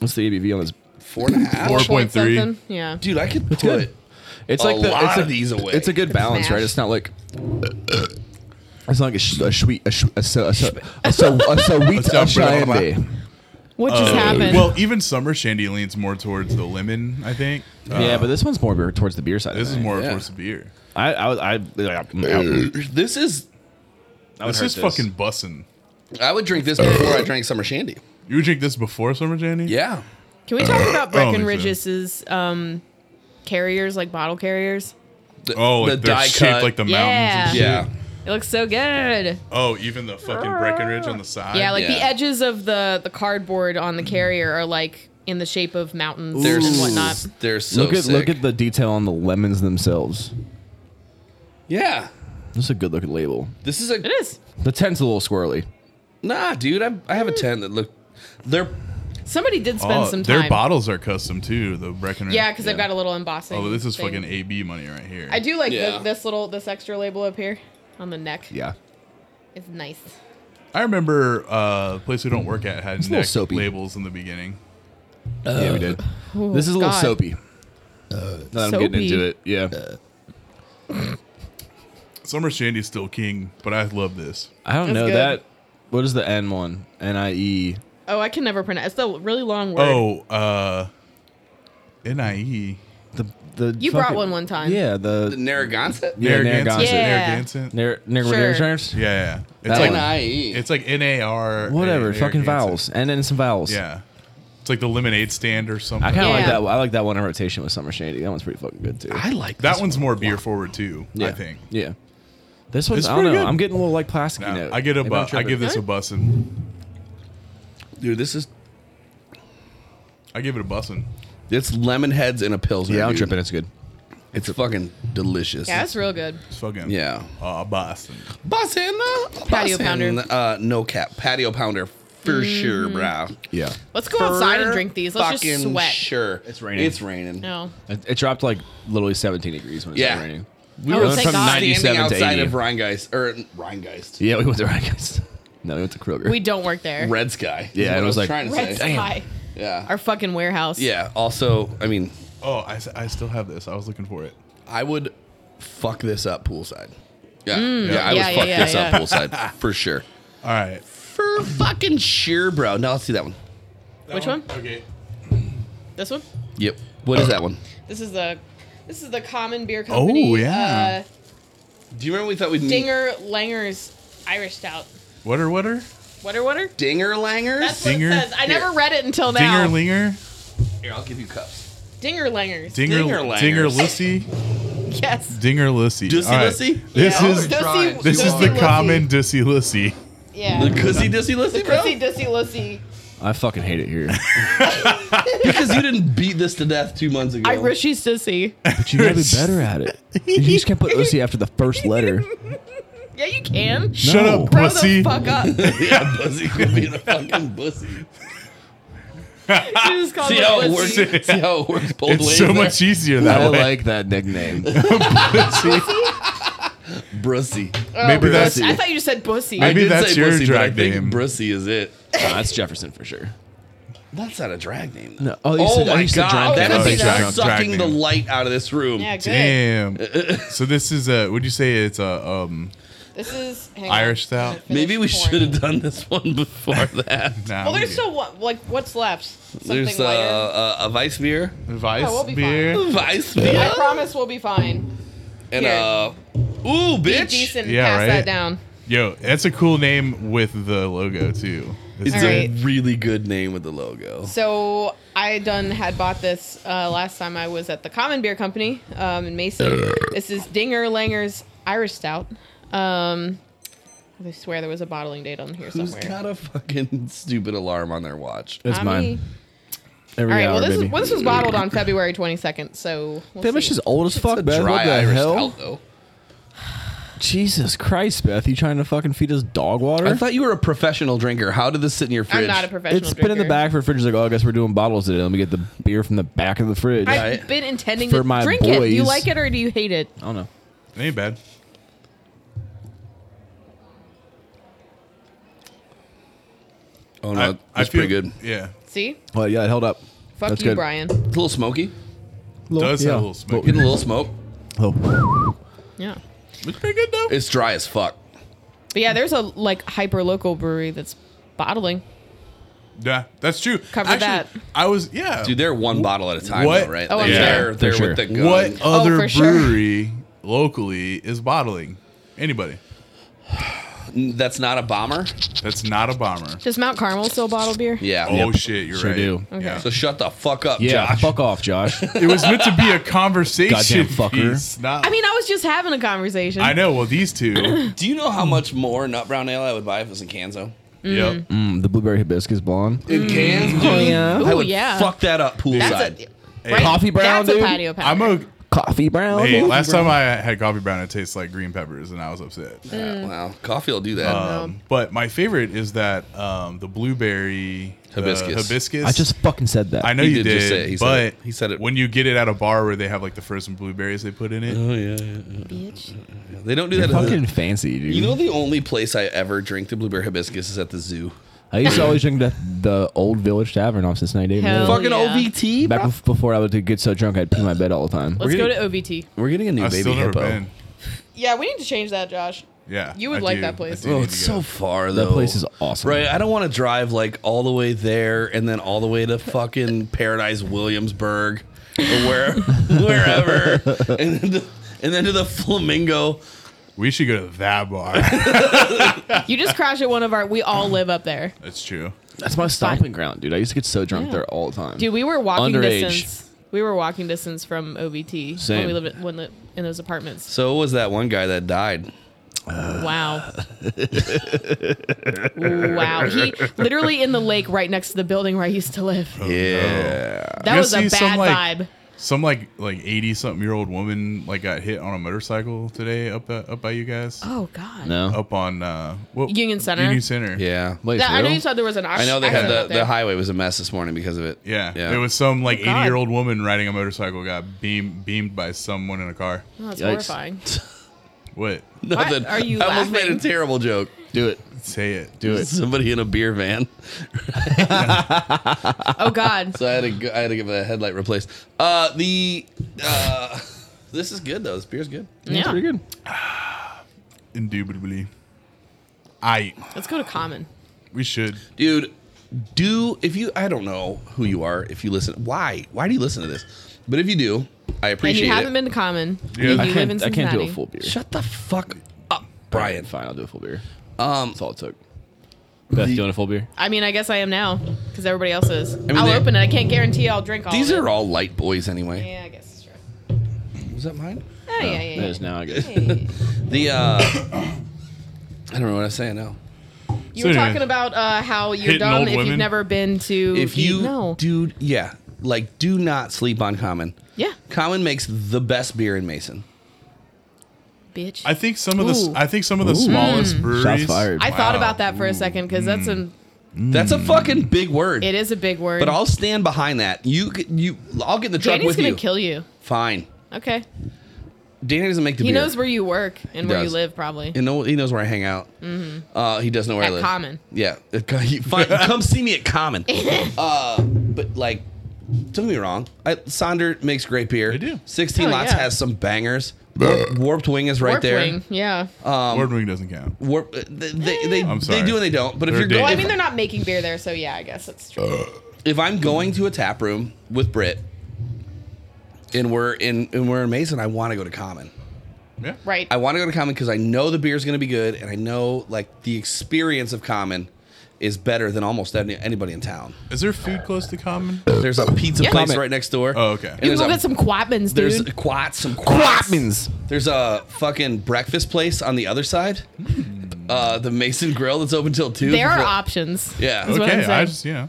What's the ABV on this?
four and a half.
Four-
Four point
4.3.
something. Yeah.
Dude, I could put
good. It's
a
like the,
lot
it's a,
of these away.
It's a good balance, right?
mash.
It's not like it's not like a sh- a sweet a sh- a so a so a so a sweet
A
of
sweet-
shandy.
What just happened?
well, even summer shandy leans more towards the lemon. I think. Uh,
Yeah, but this one's more beer- towards the beer side.
this
I
is
think.
more
yeah.
towards the beer.
I I was- I, I,
[clears throat] This is.
I
This is fucking bussin'.
I would drink this before I drank summer shandy.
You would drink this before summer shandy?
Yeah.
Can we talk about
I don't think so.
Breckenridge's um, carriers, like bottle carriers?
The-
Oh, like
the
they're
die
shaped
cut.
like the
Yeah.
mountains.
Yeah.
It looks so good.
Oh, even the fucking Breckenridge on the side.
Ah. Yeah, like the
Yeah.
edges of the the cardboard on the carrier are like in the shape of mountains
They're,
and
s-
whatnot.
they're so
look at
sick.
look at the detail on the lemons themselves.
yeah.
This is a good looking label.
This is a.
It is.
The tent's a little squirrely.
Nah, dude. I, I have a 10 that look. They're.
Somebody did
Oh,
spend some time.
Their bottles are custom too. The Breckenridge.
yeah, because they've got a little embossing.
Oh, but this is
thing.
fucking AB money right here.
I do like the-
Yeah.
this little this extra label up here on the neck.
Yeah.
It's nice.
I remember uh, a place we don't work at had
a little
neck
soapy.
labels in the beginning.
yeah, we did. this is a little
God.
soapy. Now that I'm getting
Soapy.
into it. Yeah.
Summer Shandy's still king, but I love this.
I don't
That's
know
good.
that. What is the N one? N I E.
Oh, I can never pronounce. It's a really long word.
Oh, uh, E. NIE.
The the.
You brought one one time.
Yeah.
The
The.
Narragansett?
Yeah, Narragansett.
Yeah.
Narragansett. Yeah.
Nar- Nar-
Sure.
Narragansett?
yeah. It's
That
like
one.
NIE.
it's like NAR.
Whatever.
Narragansett.
Fucking vowels. And then some vowels.
Yeah. It's like the lemonade stand or something.
I kind of like
Yeah.
that. I like that one in rotation with Summer Shady. That one's pretty fucking good too.
I like
that
this
one's more beer forward too,
yeah.
I think.
Yeah. This one's.
It's
I don't know.
pretty good.
I'm getting a little like plasticky
Nah,
note.
I get a
Maybe I'm
bu- I
tripping.
give this a bussin.
Dude, this is.
I give it a bussin.
It's lemon heads and a pilsner.
Yeah, I'm
dude.
tripping. It's good.
It's fucking delicious.
Yeah, that's real good.
It's fucking
Yeah.
Uh, bussin.
Boss in uh,
Patio
boss in,
pounder.
Uh, no cap. Patio pounder for sure, bro.
Yeah.
Let's go outside and drink these. Let's
fucking
just sweat.
Sure.
It's raining.
It's raining.
No.
It, it dropped like literally 17 degrees when it
Yeah.
started raining.
Oh,
went
thank
from
God.
90
Standing
97 to
outside
80.
of Rheingeist or Rheingeist.
Yeah, we went to Rikers. [laughs] No, we went to Kroger.
We don't work there.
Red Sky. is
Yeah,
what I
it was
was
like-
trying to
Red
say.
Sky.
Yeah.
Our fucking warehouse.
yeah. Also, I mean,
Oh, I, s- I still have this. I was looking for it.
I would fuck this up poolside. Yeah, yeah, I
Mm. Yeah,
was
yeah,
fucked
yeah,
this
yeah. [laughs]
up poolside for sure.
All right.
For fucking sure, bro. Now let's see that one.
Which one?
Okay.
This one.
Yep. What is that one?
This is the this is the Common Beer Company.
Oh, yeah.
Uh,
Do you remember we thought we'd meet
Dinger Langer's Irish Stout.
Water, water.
Water, water.
Dinger Langers?
That's
Dinger?
what it says. I
Here.
never read it until
Dinger,
now.
linger.
Here, I'll give you cups.
Dinger Langers.
Dinger,
Dingerlangers.
dinger, lissy.
yes.
Dinger, lissy.
Dussy
All right.
Lissy?
This
Yeah.
is
Dussy-
trying.
this
Dussy
is the
Lissy.
common dussy lissy.
The
Yeah.
cussy dissy lissy, bro?
Dussy, dussy, lussy.
I fucking hate it here.
because you didn't beat this to death two months ago.
Irishy sissy.
But you gotta be better at it. You just can't put "ussy" after the first letter.
Yeah, you can.
Shut
No.
up,
Grow
pussy.
the
[laughs]
fuck up.
yeah, pussy could be the fucking
[laughs]
pussy.
Jesus called
See
it
how it
pussy.
works. See how it works both
It's
ways.
so
there?
much easier that
[laughs] I
way.
like that
[laughs]
nickname.
brussy.
Oh,
maybe that's
I thought you just said pussy.
Maybe
I did
that's
say
your
pussy,
drag
but I
name.
Think brussy is it?
that's Jefferson for sure.
That's not a drag name. though.
No. Oh, you
oh
said- oh,
my
you said
god,
drag
that
name.
is
Drag- drag
sucking the
name.
light out of this room.
yeah, good.
Damn. so this is a. Would you say it's a um
This is hang on.
Irish stout?
Maybe
Pouring.
we should have done this one
[laughs]
before that.
Nah,
Well, Oh,
we
there's
good.
still one, like what's left. Something
There's uh,
lighter.
uh, a Weiss [laughs] beer,
Weiss
Oh, we'll be
beer.
Weiss
I
beer,
promise we'll be fine.
and
Here.
uh, ooh,
Be
bitch.
decent.
Yeah,
pass
right?
that down.
Yo, that's a cool name with the logo too.
It's
It's
All
a-
right.
a really good name with the logo.
So I done had bought this uh, last time I was at the Common Beer Company um, in Mason. this is Dinger Langer's Irish Stout. Um, I swear there was a bottling date on here
Who's
somewhere.
got a fucking stupid alarm on their watch?
That's
Mommy.
mine. Every
All right.
hour,
Well, this,
baby.
is, well, this was bottled on February 22nd, so we'll
That bitch
see.
is old as fuck, Beth.
Dry
What the
Irish
hell?
stout, though.
Jesus Christ, Beth! You trying to fucking feed us dog water?
I thought you were a professional drinker. How did this sit in your fridge?
I'm not a professional.
It's been in the
drinker.
back for the fridge. Like, oh, I guess we're doing bottles today. Let me get the beer from the back of the fridge. I,
I've been intending
For
to
my
drink it. Do you
boys. Oh.
like it or do you hate it?
don't know.
ain't bad.
Oh no, it's
I
pretty
feel-
good.
Yeah,
See,
Well, yeah, it held up.
fuck
That's
you,
good.
Brian.
It's a little smoky.
Little-
Does have a little smoke.
Getting a little smoke.
Oh.
Yeah,
it's pretty good though.
It's dry as fuck.
but yeah, there's a like hyper local brewery that's bottling.
yeah, that's true.
Cover that.
I was yeah.
Dude, they're one bottle at a time,
What?
though, right?
Oh, I'm
They-
sure.
They're,
For
they're
sure.
with the gun.
what other
Oh, for sure.
brewery locally is bottling? Anybody?
That's not a bomber.
That's not a bomber.
Does Mount Carmel still bottle beer?
Yeah.
Oh shit, you're
Sure
right.
do.
Yeah.
So shut the fuck up,
Yeah,
Josh.
fuck off, Josh.
it was meant to be
[laughs]
a conversation.
Goddamn fucker.
piece, not-
I mean, Mm-hmm. I was just having a conversation.
I know. Well, these
[coughs]
two.
Do you know how much more nut brown ale I would buy if it was in cans though?
yep.
[laughs] Mm, the blueberry hibiscus blonde.
In cans, dude. Oh, yeah.
Ooh,
I would
Mm. yeah.
fuck that up
That's
poolside.
a right?
Coffee brown,
That's
dude.
a patio pack.
I'm a.
Coffee brown.
Hey, last time I had coffee brown, it tastes like green peppers, and I was upset.
Yeah,
mm.
wow, coffee will do that.
Um, but my favorite is that um, the blueberry the
Hibiscus.
hibiscus.
I just fucking said that.
I know
He
you
did
did,
just say it. He said
but
it. He said it.
when you get it at a bar where they have like the frozen blueberries they put in it.
oh yeah, yeah,
Bitch.
yeah. They don't do that. at the-
fucking fancy, dude.
you know the only place I ever drink the blueberry hibiscus is at the zoo.
I used to always drink the, the old Village Tavern off Cincinnati.
Hell
Fuck.
fucking
Oh, yeah.
OVT.
Back
bro.
bef- before I would get so drunk, I'd pee my bed all the time.
Let's
We're
go
gonna-
to OVT.
We're getting a new
I've
baby
still never
hippo.
been.
Yeah, we need to change that, Josh.
Yeah,
You would
I
like
do.
that place.
I do
Oh,
need
it's
to go.
so far though.
That place is awesome.
Right, I don't want to drive like all the way there and then all the way to fucking Paradise Williamsburg or where [laughs] wherever, and then to, and then to the Flamingo.
We should go to that bar.
[laughs]
You just crashed at one of our. We all live up there,
That's true.
That's my stomping ground, dude. I used to get so drunk there all the time.
dude. We were walking
Underage.
distance. We were walking distance from OVT
Same.
when we lived in, when li- in those apartments.
So was that one guy that died.
Wow. wow. He literally in the lake right next to the building where I used to live.
Yeah,
That
You
was a
see
bad
some, like-
vibe.
Oh, Some like like eighty something year old woman like got hit on a motorcycle today up uh, up by you guys
Oh God.
no.
up on uh what,
Union Center?
Union Center.
yeah.
Wait,
That- I know
for
you
real?
said there was an.
I know they had
accident
the,
out
the
there.
highway was a mess this morning because of it. [laughs]
Yeah,
yeah.
there was some like
Oh, God.
eighty-year-old woman riding a motorcycle got beamed beamed by someone in a car.
Oh, that's
Yikes.
horrifying.
What?
nothing.
What are you
I almost made a
laughing?
terrible joke.
do it.
Say it.
Do it.
Somebody in a beer van.
Oh God.
So I had to go, I had to give a headlight replaced. Uh, the uh, this is good though. This beer's good.
It's
yeah.
pretty good.
Indubitably. I.
Let's go to common.
We should.
dude do if you i don't know who you are if you listen why why do you listen to this but if you do i
And
appreciate
you haven't
it
been to common.
Yeah.
and
I
you live in
can't, I
Cincinnati.
can't do a full beer.
shut the fuck up brian
Fine, I'll do a full beer.
um
That's all it took. Beth, you want a full beer?
I mean, I guess I am now because everybody else is. I
mean,
will
they-
open it. I can't guarantee I'll drink all.
these
of it.
are all light boys anyway
Yeah, I guess it's true.
was that mine
Oh, yeah, yeah,
It
yeah.
is now,
[laughs]
I guess.
Hey.
the uh [coughs] i don't know what i was saying now
You
So
were
anyway.
talking about uh, how you're
Hitting
dumb
old
if you've
women.
never been to.
if you
no,
dude yeah like do not sleep on common
yeah,
common makes the best beer in mason
bitch.
I think some of the. s-
Ooh. Mm.
I think some of the smallest breweries.
Shots fired.
I thought
Wow.
about that for a second because that's a
that's
Mm.
a fucking big word
it is a big word.
Mm. but i'll stand behind that you c- you i'll get in the truck
Danny's
with
gonna
you
kill you.
fine
Okay,
Danny doesn't make the
he
beer.
knows where you work and
He
where you
does.
live probably.
He know- he knows where I hang out. Uh, he does know where I
Mm-hmm. At
live.
Common.
Yeah. [laughs] He- fine, Come see me
[laughs]
at Common. uh, but like, don't get me wrong. I, Sonder makes great beer.
They do.
Sixteen
Oh,
Lots
yeah.
has some bangers. Warped, Warped Wing is right
Warp
there. Uh,
Wing, Yeah.
Word Wing doesn't count.
Warp. uh, They they, they,
I'm
they
sorry.
do and they don't. But if Uh,
They're
you're going,
well, I
dated.
mean, they're not making beer there, so yeah, I guess that's true.
if I'm going to a tap room with Britt, and we're in and we're in Mason, I want to go to Common.
Yeah.
right.
I want to go to Common because I know the beer's going to be good, and I know like the experience of Common is better than almost any, anybody in town.
Is there food close to common?
There's a pizza
Yeah.
place
Common.
right next door.
Oh, okay.
you
there's
can go
a-
get some Quapmans, dude.
There's quats, some quats. There's a fucking breakfast place on the other side.
Hmm.
Uh, the Mason Grill that's open till two.
there are
before-
options.
[laughs] Yeah.
That's what I'm
okay, I
saying.
just yeah.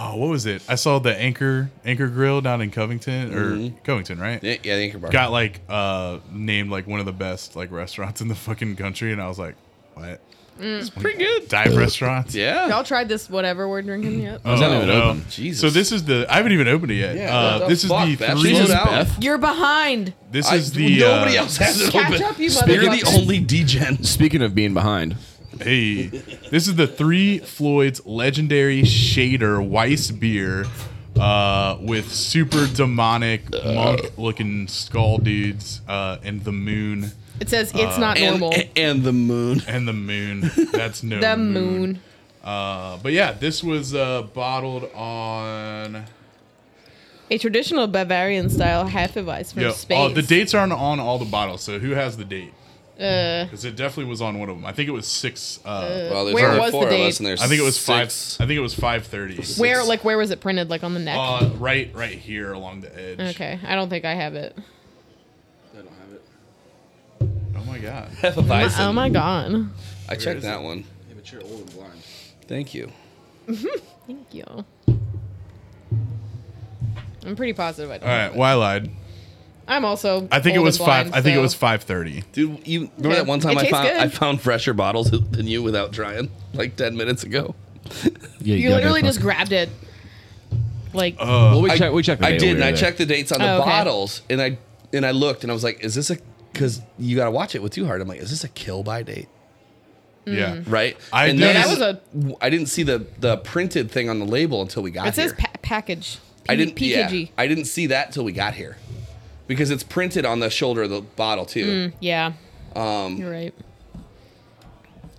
Oh, what was it? I saw the Anchor Anchor Grill down in Covington or Covington, right?
Mm-hmm. yeah, the Anchor Bar.
Got like uh named like one of the best like restaurants in the fucking country, and I was like, what? It's pretty good. Dive restaurants.
Yeah.
Y'all tried this whatever we're drinking yet?
Oh,
not even
no.
open.
Jesus.
So this is the I haven't even opened it yet.
Yeah,
uh,
what the
this is
fuck,
the
Beth?
three.
Slow down.
You're behind.
This
I-
is the
nobody
uh,
else has it
Catch
open.
up, you
You're the
motherfuckers.
only degen.
Speaking of being behind,
Hey, this is the Three Floyds Legendary Shader Weiss beer uh, with super demonic monk looking skull dudes uh, and the moon.
It says it's
Uh,
not
And,
normal.
and the moon.
And the moon. That's no
[laughs] the
moon.
moon.
Uh, but yeah, this was uh, bottled on.
A traditional Bavarian style Hefeweiss from
Yeah,
Spain.
all- the dates aren't on all the bottles, so who has the date?
Uh,
Because it definitely was on one of them. I think it was six. Uh,
Well, there's
Where
only
was
four
the
of
date?
us, and there's
I think it was five. [laughs]
six.
I think it was five thirty.
where like where was it printed? Like on the neck.
Uh, right, right here along the edge.
okay, I don't think I have it.
Oh my god.
Hefeweizen.
Oh my god.
I checked
is
that
it?
one.
Yeah, but you're old and blind.
Thank you.
Thank you. I'm pretty positive I don't.
All
have
right,
it.
well, I lied.
I'm also.
I think it
old
was
and
five.
blind,
I think it
so-
was five thirty.
Dude, you remember
Okay.
that one time
It
I
tastes
found
good.
I found fresher bottles [laughs] than you without trying, like ten minutes ago.
yeah,
You literally just grabbed it. Like
Well, we
I-
checked. We checked. The
I
date
did, and
over
I
there.
checked the dates on the
Oh, okay.
bottles, and I and I looked, and I was like, "Is this a?" Because you got to watch it with too hard. I'm like, "Is this a kill by date?"
Mm.
Yeah,
Right?
I
and
did-
then
No,
that
I didn't see the the printed thing on the label until we got
it
here.
says pa- package. P-
I didn't.
PKG.
Yeah, I didn't see that till we got here, because it's printed on the shoulder of the bottle too.
Mm, Yeah.
Um,
You're right.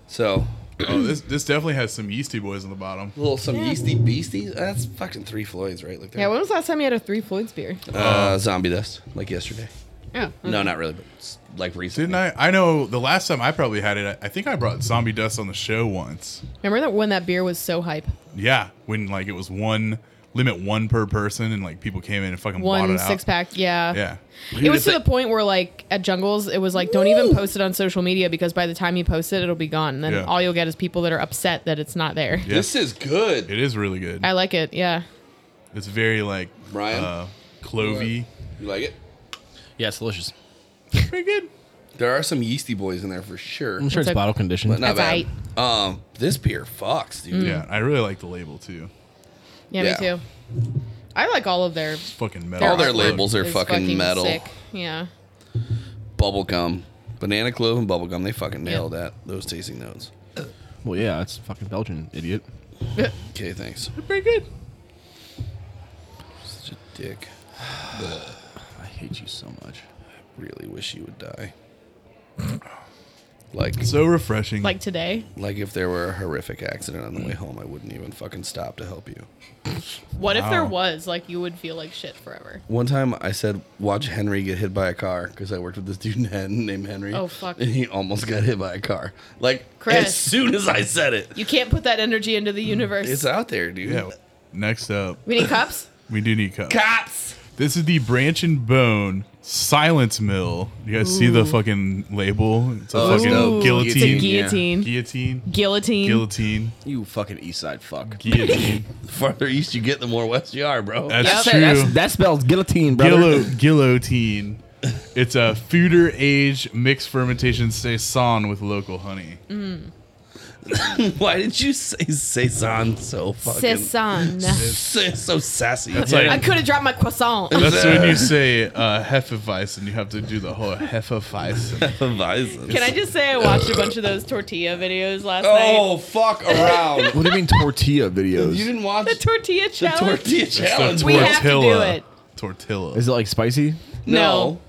so
Oh, this this definitely has some yeasty boys on the bottom.
little some yeasty beasties. Uh, That's fucking three Floyds, right? Like they're-
Yeah. When was the last time you had a Three Floyds beer?
uh, zombie dust, like yesterday.
Oh.
Mm-hmm.
No, not really, but s- like recently.
Didn't I? I know the last time I probably had it. I, I think I brought zombie dust on the show once.
Remember that when that beer was so hype?
Yeah, when like it was one limit one per person, and like people came in and fucking bought
One
it out.
six pack. Yeah.
Yeah,
It was
just
to the
like-
point where, like, at Jungles, it was like, don't even post it on social media because by the time you post it, it'll be gone. And then
Yeah.
all you'll get is people that are upset that it's not there.
Yeah.
This is good.
it is really good.
I like it. Yeah.
It's very like
Brian?
uh, clovey.
You like it?
Yeah, it's delicious.
Pretty good.
There are some yeasty boys in there for sure.
I'm sure
It's
it's,
like-
bottle conditioned.
But not
That's
bad. Um, this beer fucks,
Mm.
dude.
Yeah, I really like the label too.
Yeah,
Yeah.
me too. I like all of their.
It's fucking metal.
their
All their
artwork
labels are
is
fucking metal.
Yeah.
Bubblegum. Banana clove and bubblegum. They fucking nailed
Yeah.
that. Those tasting notes.
well, yeah, it's fucking Belgian, idiot.
Okay, thanks.
pretty good.
Such a dick.
[sighs] I hate you so much.
Really wish you would die. Like,
So refreshing.
Like today.
like if there were a horrific accident on the way home, I wouldn't even fucking stop to help you.
What if there
Wow.
was? Like you would feel like shit forever.
One time I said, watch Henry get hit by a car because I worked with this [laughs] dude in Hen- named Henry.
Oh, fuck.
And he almost got hit by a car. Like,
Chris.
as soon as I said it,
You can't put that energy into the universe.
it's out there, dude.
yeah. Next up,
we need cups.
we do need cups.
Cops!
This is the Branch and Bone Silence Mill. You guys see the fucking label? It's a
Oh, it's
fucking
dope.
guillotine.
It's a
Guillotine, yeah.
guillotine.
guillotine.
Guillotine.
Guillotine.
You fucking east side fuck.
[laughs]
Uh,
Guillotine.
The farther east you get, the more west you are, bro.
That's
That's-
true.
that's- that spells guillotine, brother. [laughs]
Guillo- guillotine. It's a fooder age mixed fermentation saison with local honey.
[laughs]
Mm-hmm.
Why did you say Cezanne so fucking...
Saison.
Sa- so sassy.
That's like
I could have dropped my croissant.
that's when you say uh, hefeweizen. You have to do the whole
[laughs]
hefeweizen.
Can I just say I watched a bunch of those tortilla videos last night?
Oh,
[laughs]
fuck around.
What do you mean tortilla
you
videos?
didn't watch
The tortilla
the
challenge. [laughs]
tortilla challenge.
We have to do
Tortilla.
it.
Tortilla.
Is it like spicy?
no.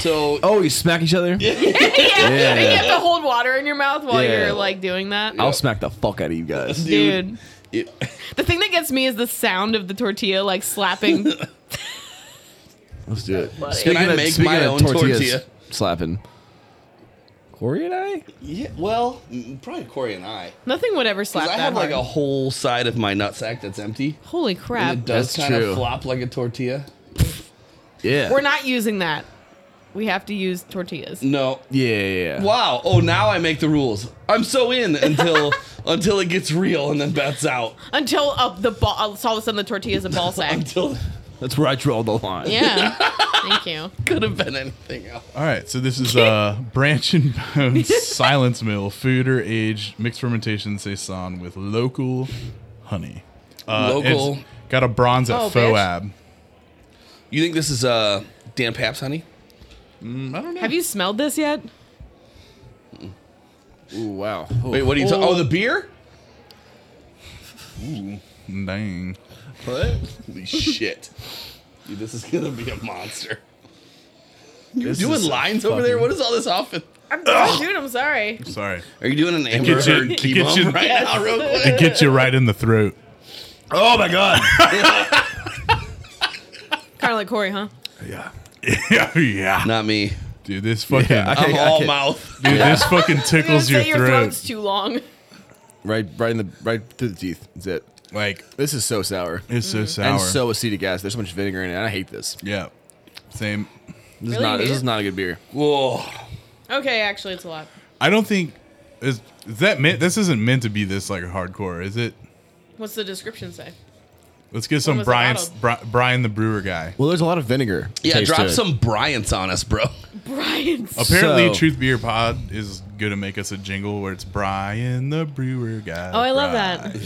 So
Oh, you smack each other?
yeah,
Yeah.
you have to hold water in your mouth while
Yeah.
you're like doing that.
I'll smack the fuck out of you guys.
dude.
it-
The thing that gets me is the sound of the tortilla like slapping.
[laughs] Let's do it.
Can I make my own tortilla?
Slapping. Corey and I?
Yeah, well, mm, probably Corey and I.
Nothing would ever
'Cause
slap
I
that
have like a
hard.
whole side of my nutsack that's empty.
Holy
And
crap.
it does
That's
kind
true.
of flop like a tortilla.
Yeah.
We're not using that. We have to use tortillas.
No.
Yeah, yeah, yeah.
Wow. Oh, now I make the rules. I'm so in until until it gets real and then Beth's out.
Until uh, the ball, so all of a sudden the tortilla is a ball sack.
[laughs] Until
That's where I draw the line.
yeah. Thank you.
could have been anything else.
All right, so this is uh, Branch and
[laughs]
Bones Silence Mill, food or aged mixed fermentation saison with local honey. Uh,
Local-
it's Got a bronze at
Oh, bitch.
FOAB.
You think this is uh Dan Paps, honey?
Have you smelled this yet?
Ooh, wow. Oh,
Wait, what are you talking?
Oh.
Oh, the beer?
Dang.
what?
Holy shit! Dude, this is gonna be a monster. You're
This
doing
is a
lines over there.
fucking-
What is all this off?
I'm sorry, dude. I'm
[laughs]
sorry.
Sorry.
Are you doing an Amber
gets you-
Heard
it
key
gets
bump
you-
right
Yes.
now,
[laughs]
real
[laughs]
quick?
It gets you right in the throat.
Oh my god.
Kind of like Corey, huh?
[laughs] Yeah. [laughs] yeah. Yeah. [laughs]
Not me.
Dude, this fucking
Yeah, I-
I'm
Okay,
all
okay.
mouth.
[laughs] dude, this
[laughs]
fucking
Dude,
tickles your
say your
throat.
throat's too long.
[laughs]
[laughs]
right, right in the right through the teeth. That's it.
Like
This is so sour.
it's
Mm.
so sour.
And so acetic acid. There's so much vinegar in it. and I hate this.
yeah. Same.
This
Really,
is not. This
dude?
is not a good beer.
Whoa.
Okay, actually, it's a lot.
I don't think is, is that meant this isn't meant to be this like hardcore, is it?
What's the description say?
Let's get some
was it
Brian
bottled?
Bri- Brian the brewer guy.
Well, there's a lot of vinegar.
Yeah,
taste to
drop
it.
some Bryant's on us, bro. [laughs]
Brian's.
Apparently,
So-
Truth Beer Pod is gonna make us a jingle where it's Brian the brewer guy.
Oh, I love that.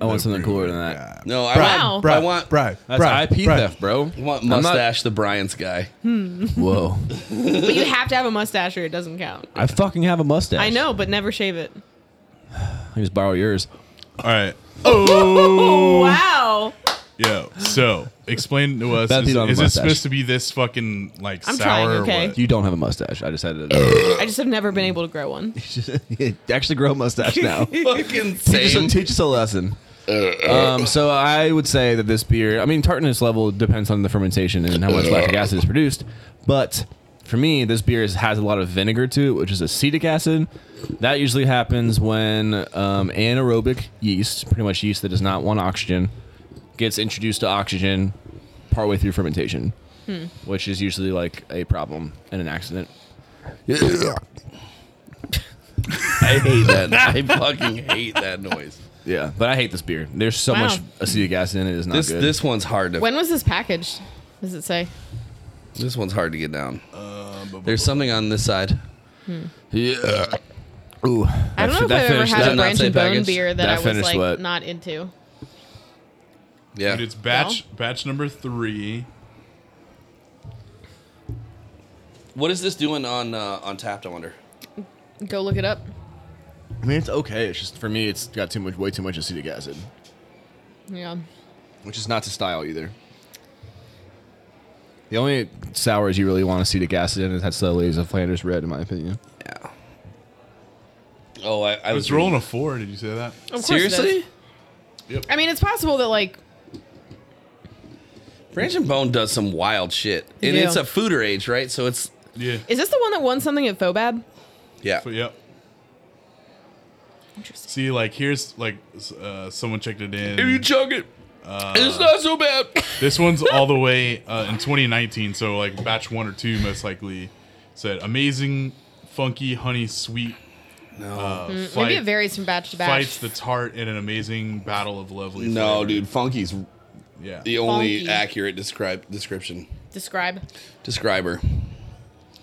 I want something cooler than that.
No, I
Wow.
want. I
Brian,
want.
Brian,
That's IP theft, bro.
I want
I'm not-
mustache the
[laughs]
Bryant's guy.
Whoa.
But you have to have a mustache or it doesn't count.
I fucking have a mustache.
I know, but never shave it.
I just borrow yours.
All right. Oh,
[laughs]
Wow.
yo. So, explain to us:
Bad
is,
people have a
is it
mustache.
supposed to be this fucking like
I'm
sour?
trying,
or
okay.
what?
You don't have a mustache. I just had
[laughs]
[laughs] to
I just have never been able to grow
[laughs]
one.
actually grow a
[laughs]
mustache
[laughs]
now.
Fucking
teach
same.
us, teach us a lesson. Um, so I would say that this beer, I mean, tartness level depends on the fermentation and how much lactic acid is produced. But for me, this beer is, has a lot of vinegar to it, which is acetic acid. That usually happens when um, anaerobic yeast, pretty much yeast that does not want oxygen, gets introduced to oxygen partway through fermentation, which is usually like a problem and an accident.
I
[laughs]
hate that. I fucking hate that noise.
Yeah, but I hate this beer. There's so
Wow.
much acetic acid in it. It's not
This
good.
this one's hard to
When was this packaged? Does it say?
this one's hard to get down.
Uh,
There's something on this side.
Yeah. Ooh.
I don't know if I've ever had a
that not
branch
say
and bone
packaged?
beer that,
That
I was
finished
like
what?
not into.
Yeah.
Dude, it's batch batch number three.
What is this doing on uh, on tapped? I wonder.
Go look it up.
I mean, it's okay. It's just for me, it's got too much, way too much acetic acid,
Yeah.
which is not to style either.
The only [laughs] sours you really want acetic acid in is that slowly is a Flanders red, in my opinion.
Yeah. Oh, I, I
It's rolling a four. Did you say that?
Of course it is.
Seriously?
I mean, it's possible that like
Branch and Bone does some wild shit. And
Yeah.
it's a fooder age, right? So it's,
Yeah.
is this the one that won something at Phobab?
yeah.
But, yep.
Interesting.
See, like here's like s- uh, someone checked it in.
chug it, it's not so bad.
This one's all the way uh, in 2019, so like batch one or two most likely said amazing, funky, honey, sweet.
No.
Uh, fight,
Maybe it varies from batch to batch.
Fights the tart in an amazing battle of lovely.
[laughs] no,
flavor.
dude. Funky's
Yeah.
the only
Funky.
accurate describe description.
Describe.
Describer.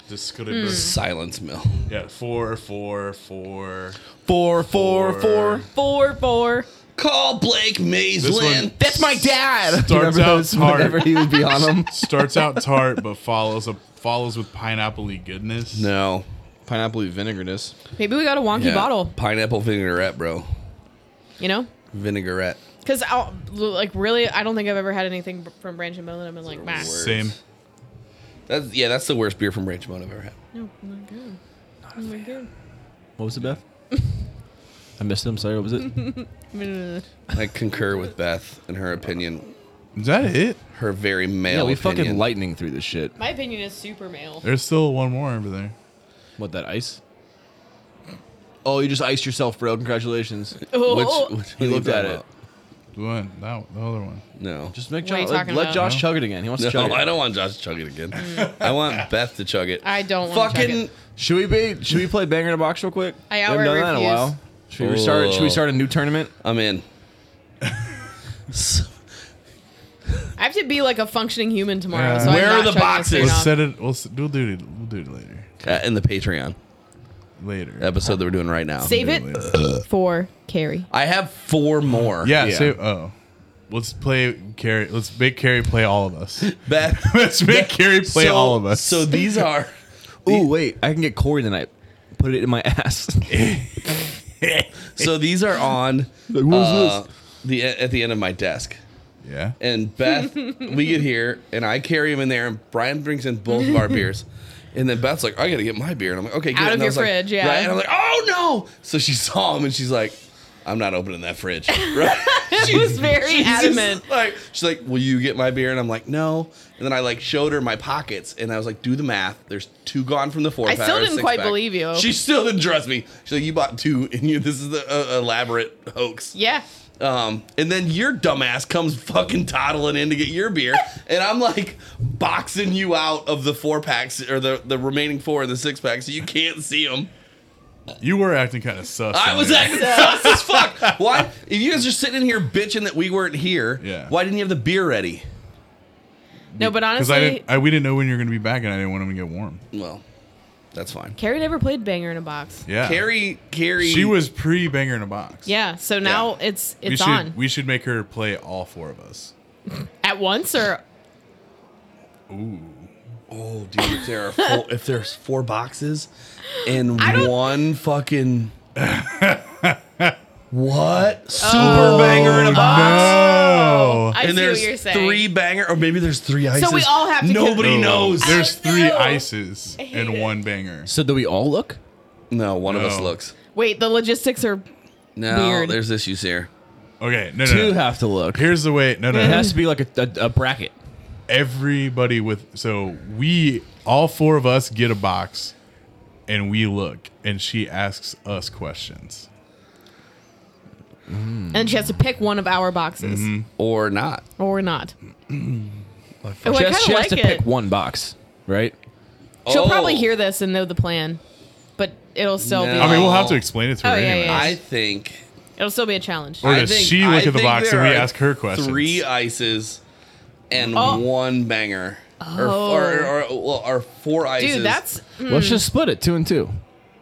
Just could have
Mm.
been-
Silence mill.
Yeah. Four, four, four.
Four,
four, four.
Four four.
Call Blake
This
Maisland.
one
That's my dad.
Starts
Remember
out
those,
hard.
[laughs] Whenever he would be on [laughs] them.
starts out tart, but follows up follows with pineappley goodness.
No.
Pineapple vinaigrette.
Maybe we got a wonky
Yeah.
bottle.
Pineapple vinaigrette, bro.
You know.
Vinaigrette.
Because, like, really, I don't think I've ever had anything b- from Branch and Bone that I've been like, man.
worst.
Same.
That's yeah. That's the worst beer from Branch and Bone I've ever had.
No, oh my god. Oh my god.
What was it, Beth? [laughs] I missed him. Sorry, what was it? [laughs]
Mm.
I concur with Beth in her opinion.
Is that it?
Her very male.
yeah, we fucking
opinion.
lightning through this shit.
My opinion is super male.
There's still one more over there.
What that ice?
Oh, you just iced yourself, bro. Congratulations.
Oh,
Which, which
He looked at it.
The one that the other one.
No.
Just make
What are you
Josh. Let,
talking
let
about?
Josh chug it again. He wants
no,
to chug it. Mm.
I don't want Josh to chug it again. I want Beth to chug it.
I don't want
fucking.
to.
Should we be? Should we play banger in a box real quick?
I
We haven't done
outright
that in a
refuse.
while. Should we start? Should we
Oh.
start a new tournament?
I'm in.
I have to be like a functioning human tomorrow.
Yeah.
So
Where
I'm
are
not chugging
the
this
boxes?
right
Let's
now.
set it. We'll, s- we'll do it. We'll do it later.
Uh, in the Patreon
Later.
episode that we're doing right now.
Save it
Later.
uh,
for
[laughs]
Carrie.
I have four more.
Yeah.
Yeah.
Say, oh, let's play Carrie. Let's make Carrie play all of us.
[laughs]
[laughs]
[laughs]
Beth.
let's make Carrie play
so,
all of us.
So these are.
Ooh, wait! I can get Corey tonight. Put it in my [laughs] ass.
[laughs]
So these are on. uh, The at the end of my desk.
yeah.
and
[laughs]
Beth, we get here, and I carry him in there, and Brian brings in
[laughs]
both of our beers. And then Beth's like, I gotta get my beer. And I'm like, okay, get
Out of
it. And I
your
was like-
fridge, yeah.
Right? And I'm like, oh no. So she saw him and she's like, I'm not opening that
[laughs]
fridge. Right?
It was very
[laughs] She's just
adamant.
Like, she's like, Will you get my beer? And I'm like, No. And then I like showed her my pockets and I was like, Do the math. There's two gone from the four.
I
pack
still
or
didn't
six
quite
pack."
believe you.
She still didn't trust me. She's like, You bought two and you this is the uh, elaborate hoax.
Yeah.
Um, and then your dumbass comes fucking toddling in to get
[laughs]
your beer, and I'm like boxing you out of the four packs or the, the remaining four in the six pack, so you can't see them.
You were acting kind of sus.
I
on
was
there.
acting sus as fuck. Why? If you guys are sitting in here bitching that we weren't here,
Yeah.
why didn't you have the beer ready?
No, but
I
honestly,
didn't. I, we didn't know when you were going to be back, and I didn't want him to get warm.
Well, that's fine.
Carrie never played Banger in a Box.
Yeah.
Carrie, Carrie,
She was pre banger in a box.
Yeah, so now it's
We
it's
should
on
we should make her play all four of us.
at once or
Oh, dude, if there
[laughs]
are four, if there's four boxes and
I don't-
one fucking what super
Oh,
banger in a box.
Oh.
I
and
see
there's
what you're saying.
three banger, or maybe there's three ices.
we all have to
Nobody
con-
knows.
Oh, There's
I know.
three ices
I hate
and
it.
one banger.
so do we all look?
no, one
No.
of us looks.
Wait, the logistics are
No,
Weird.
there's issues here.
Okay, no, no,
Two
no.
have to look. It
Here's the way. No,
Mm-hmm.
no, no.
has to be like a, a, a bracket.
Everybody with so we all four of us get a box, and we look, and she asks us questions.
and she has to pick one of our boxes
Or not.
or not. oh, I
she
kind
has,
of
she has
like
to
it.
pick one box, right?
She'll
Oh.
probably hear this and know the plan, but it'll still be.
No.
I mean, we'll have to
Oh.
explain it to
Oh,
her
yeah,
anyway.
yeah.
I think.
It'll still be a challenge.
Or
I
does
think-
she
I
look at the
think
box
there
and we
are
ask her questions?
Three ices and
Oh.
one banger. Or-
Oh.
Or, or, well, or four ices.
Dude, that's
Let's just split it two and two.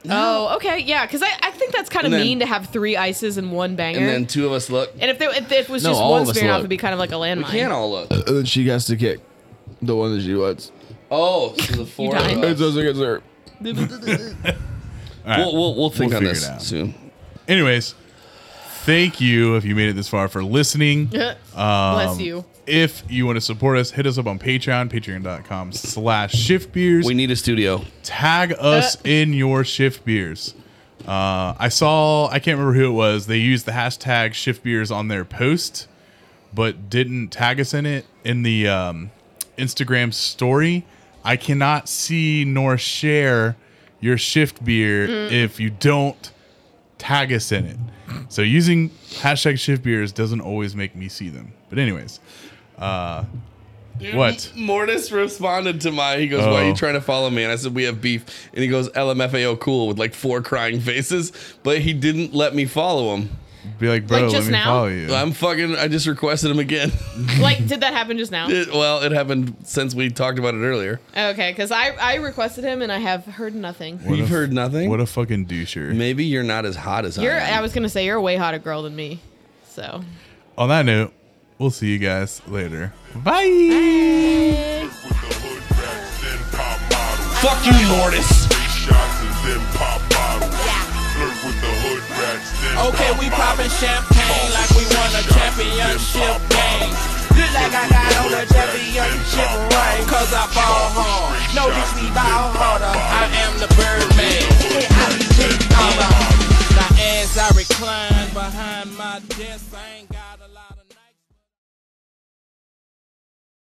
oh okay yeah because I, I think that's kind of
And then-
mean to have three ices and one banger.
And
And,
then two of us look.
if, there, if it was
No,
just
all
one
of us
spin off,
look.
it'd be kind of like a
We can't
[laughs] landmine.
all look.
Uh, And then she has to kick the one that she wants.
Oh, so [laughs] the four of
died.
us.
against her.
All right.
We'll, we'll, we'll think
We'll
on
figure
this
it out.
soon.
Anyways, thank you if you made it this far for listening.
Bless
Um,
you.
If you want to support us, hit us up on Patreon, patreon.com slash shift beers.
We need a studio.
Tag us
Uh.
in your shift beers. Uh, I saw, I can't remember who it was. They used the hashtag shift beers on their post, but didn't tag us in it in the um, Instagram story. I cannot see nor share your shift beer
Mm.
if you don't tag us in it. So using hashtag shift beers doesn't always make me see them. But anyways, uh, what?
Mortis responded to my. He goes, "Why are
Oh.
you trying to follow me?" And I said, "We have beef." And he goes, "LMFAO, cool," with like four crying faces. But he didn't let me follow him.
Be like, bro, let
Like just
me
now?
follow you.
I'm fucking. I just requested him again. [laughs]
Like, did that happen just now?
It- well, it happened since we talked about it earlier.
Okay, because I, I requested him and I have heard nothing.
What
You've
a-
heard nothing.
What a fucking doucher.
Maybe you're not as hot as
You're
I am.
I was gonna say you're a way hotter girl than me. So
On that note, we'll see you guys later. Bye.
Fuck you, Mortis.
Okay, we poppin' champagne like we won a championship game. Look like I got on a championship ring, cause I ball hard. No, bitch, we ball harder. I am the Birdman. I be big, mama. Now as I recline behind my desk, I ain't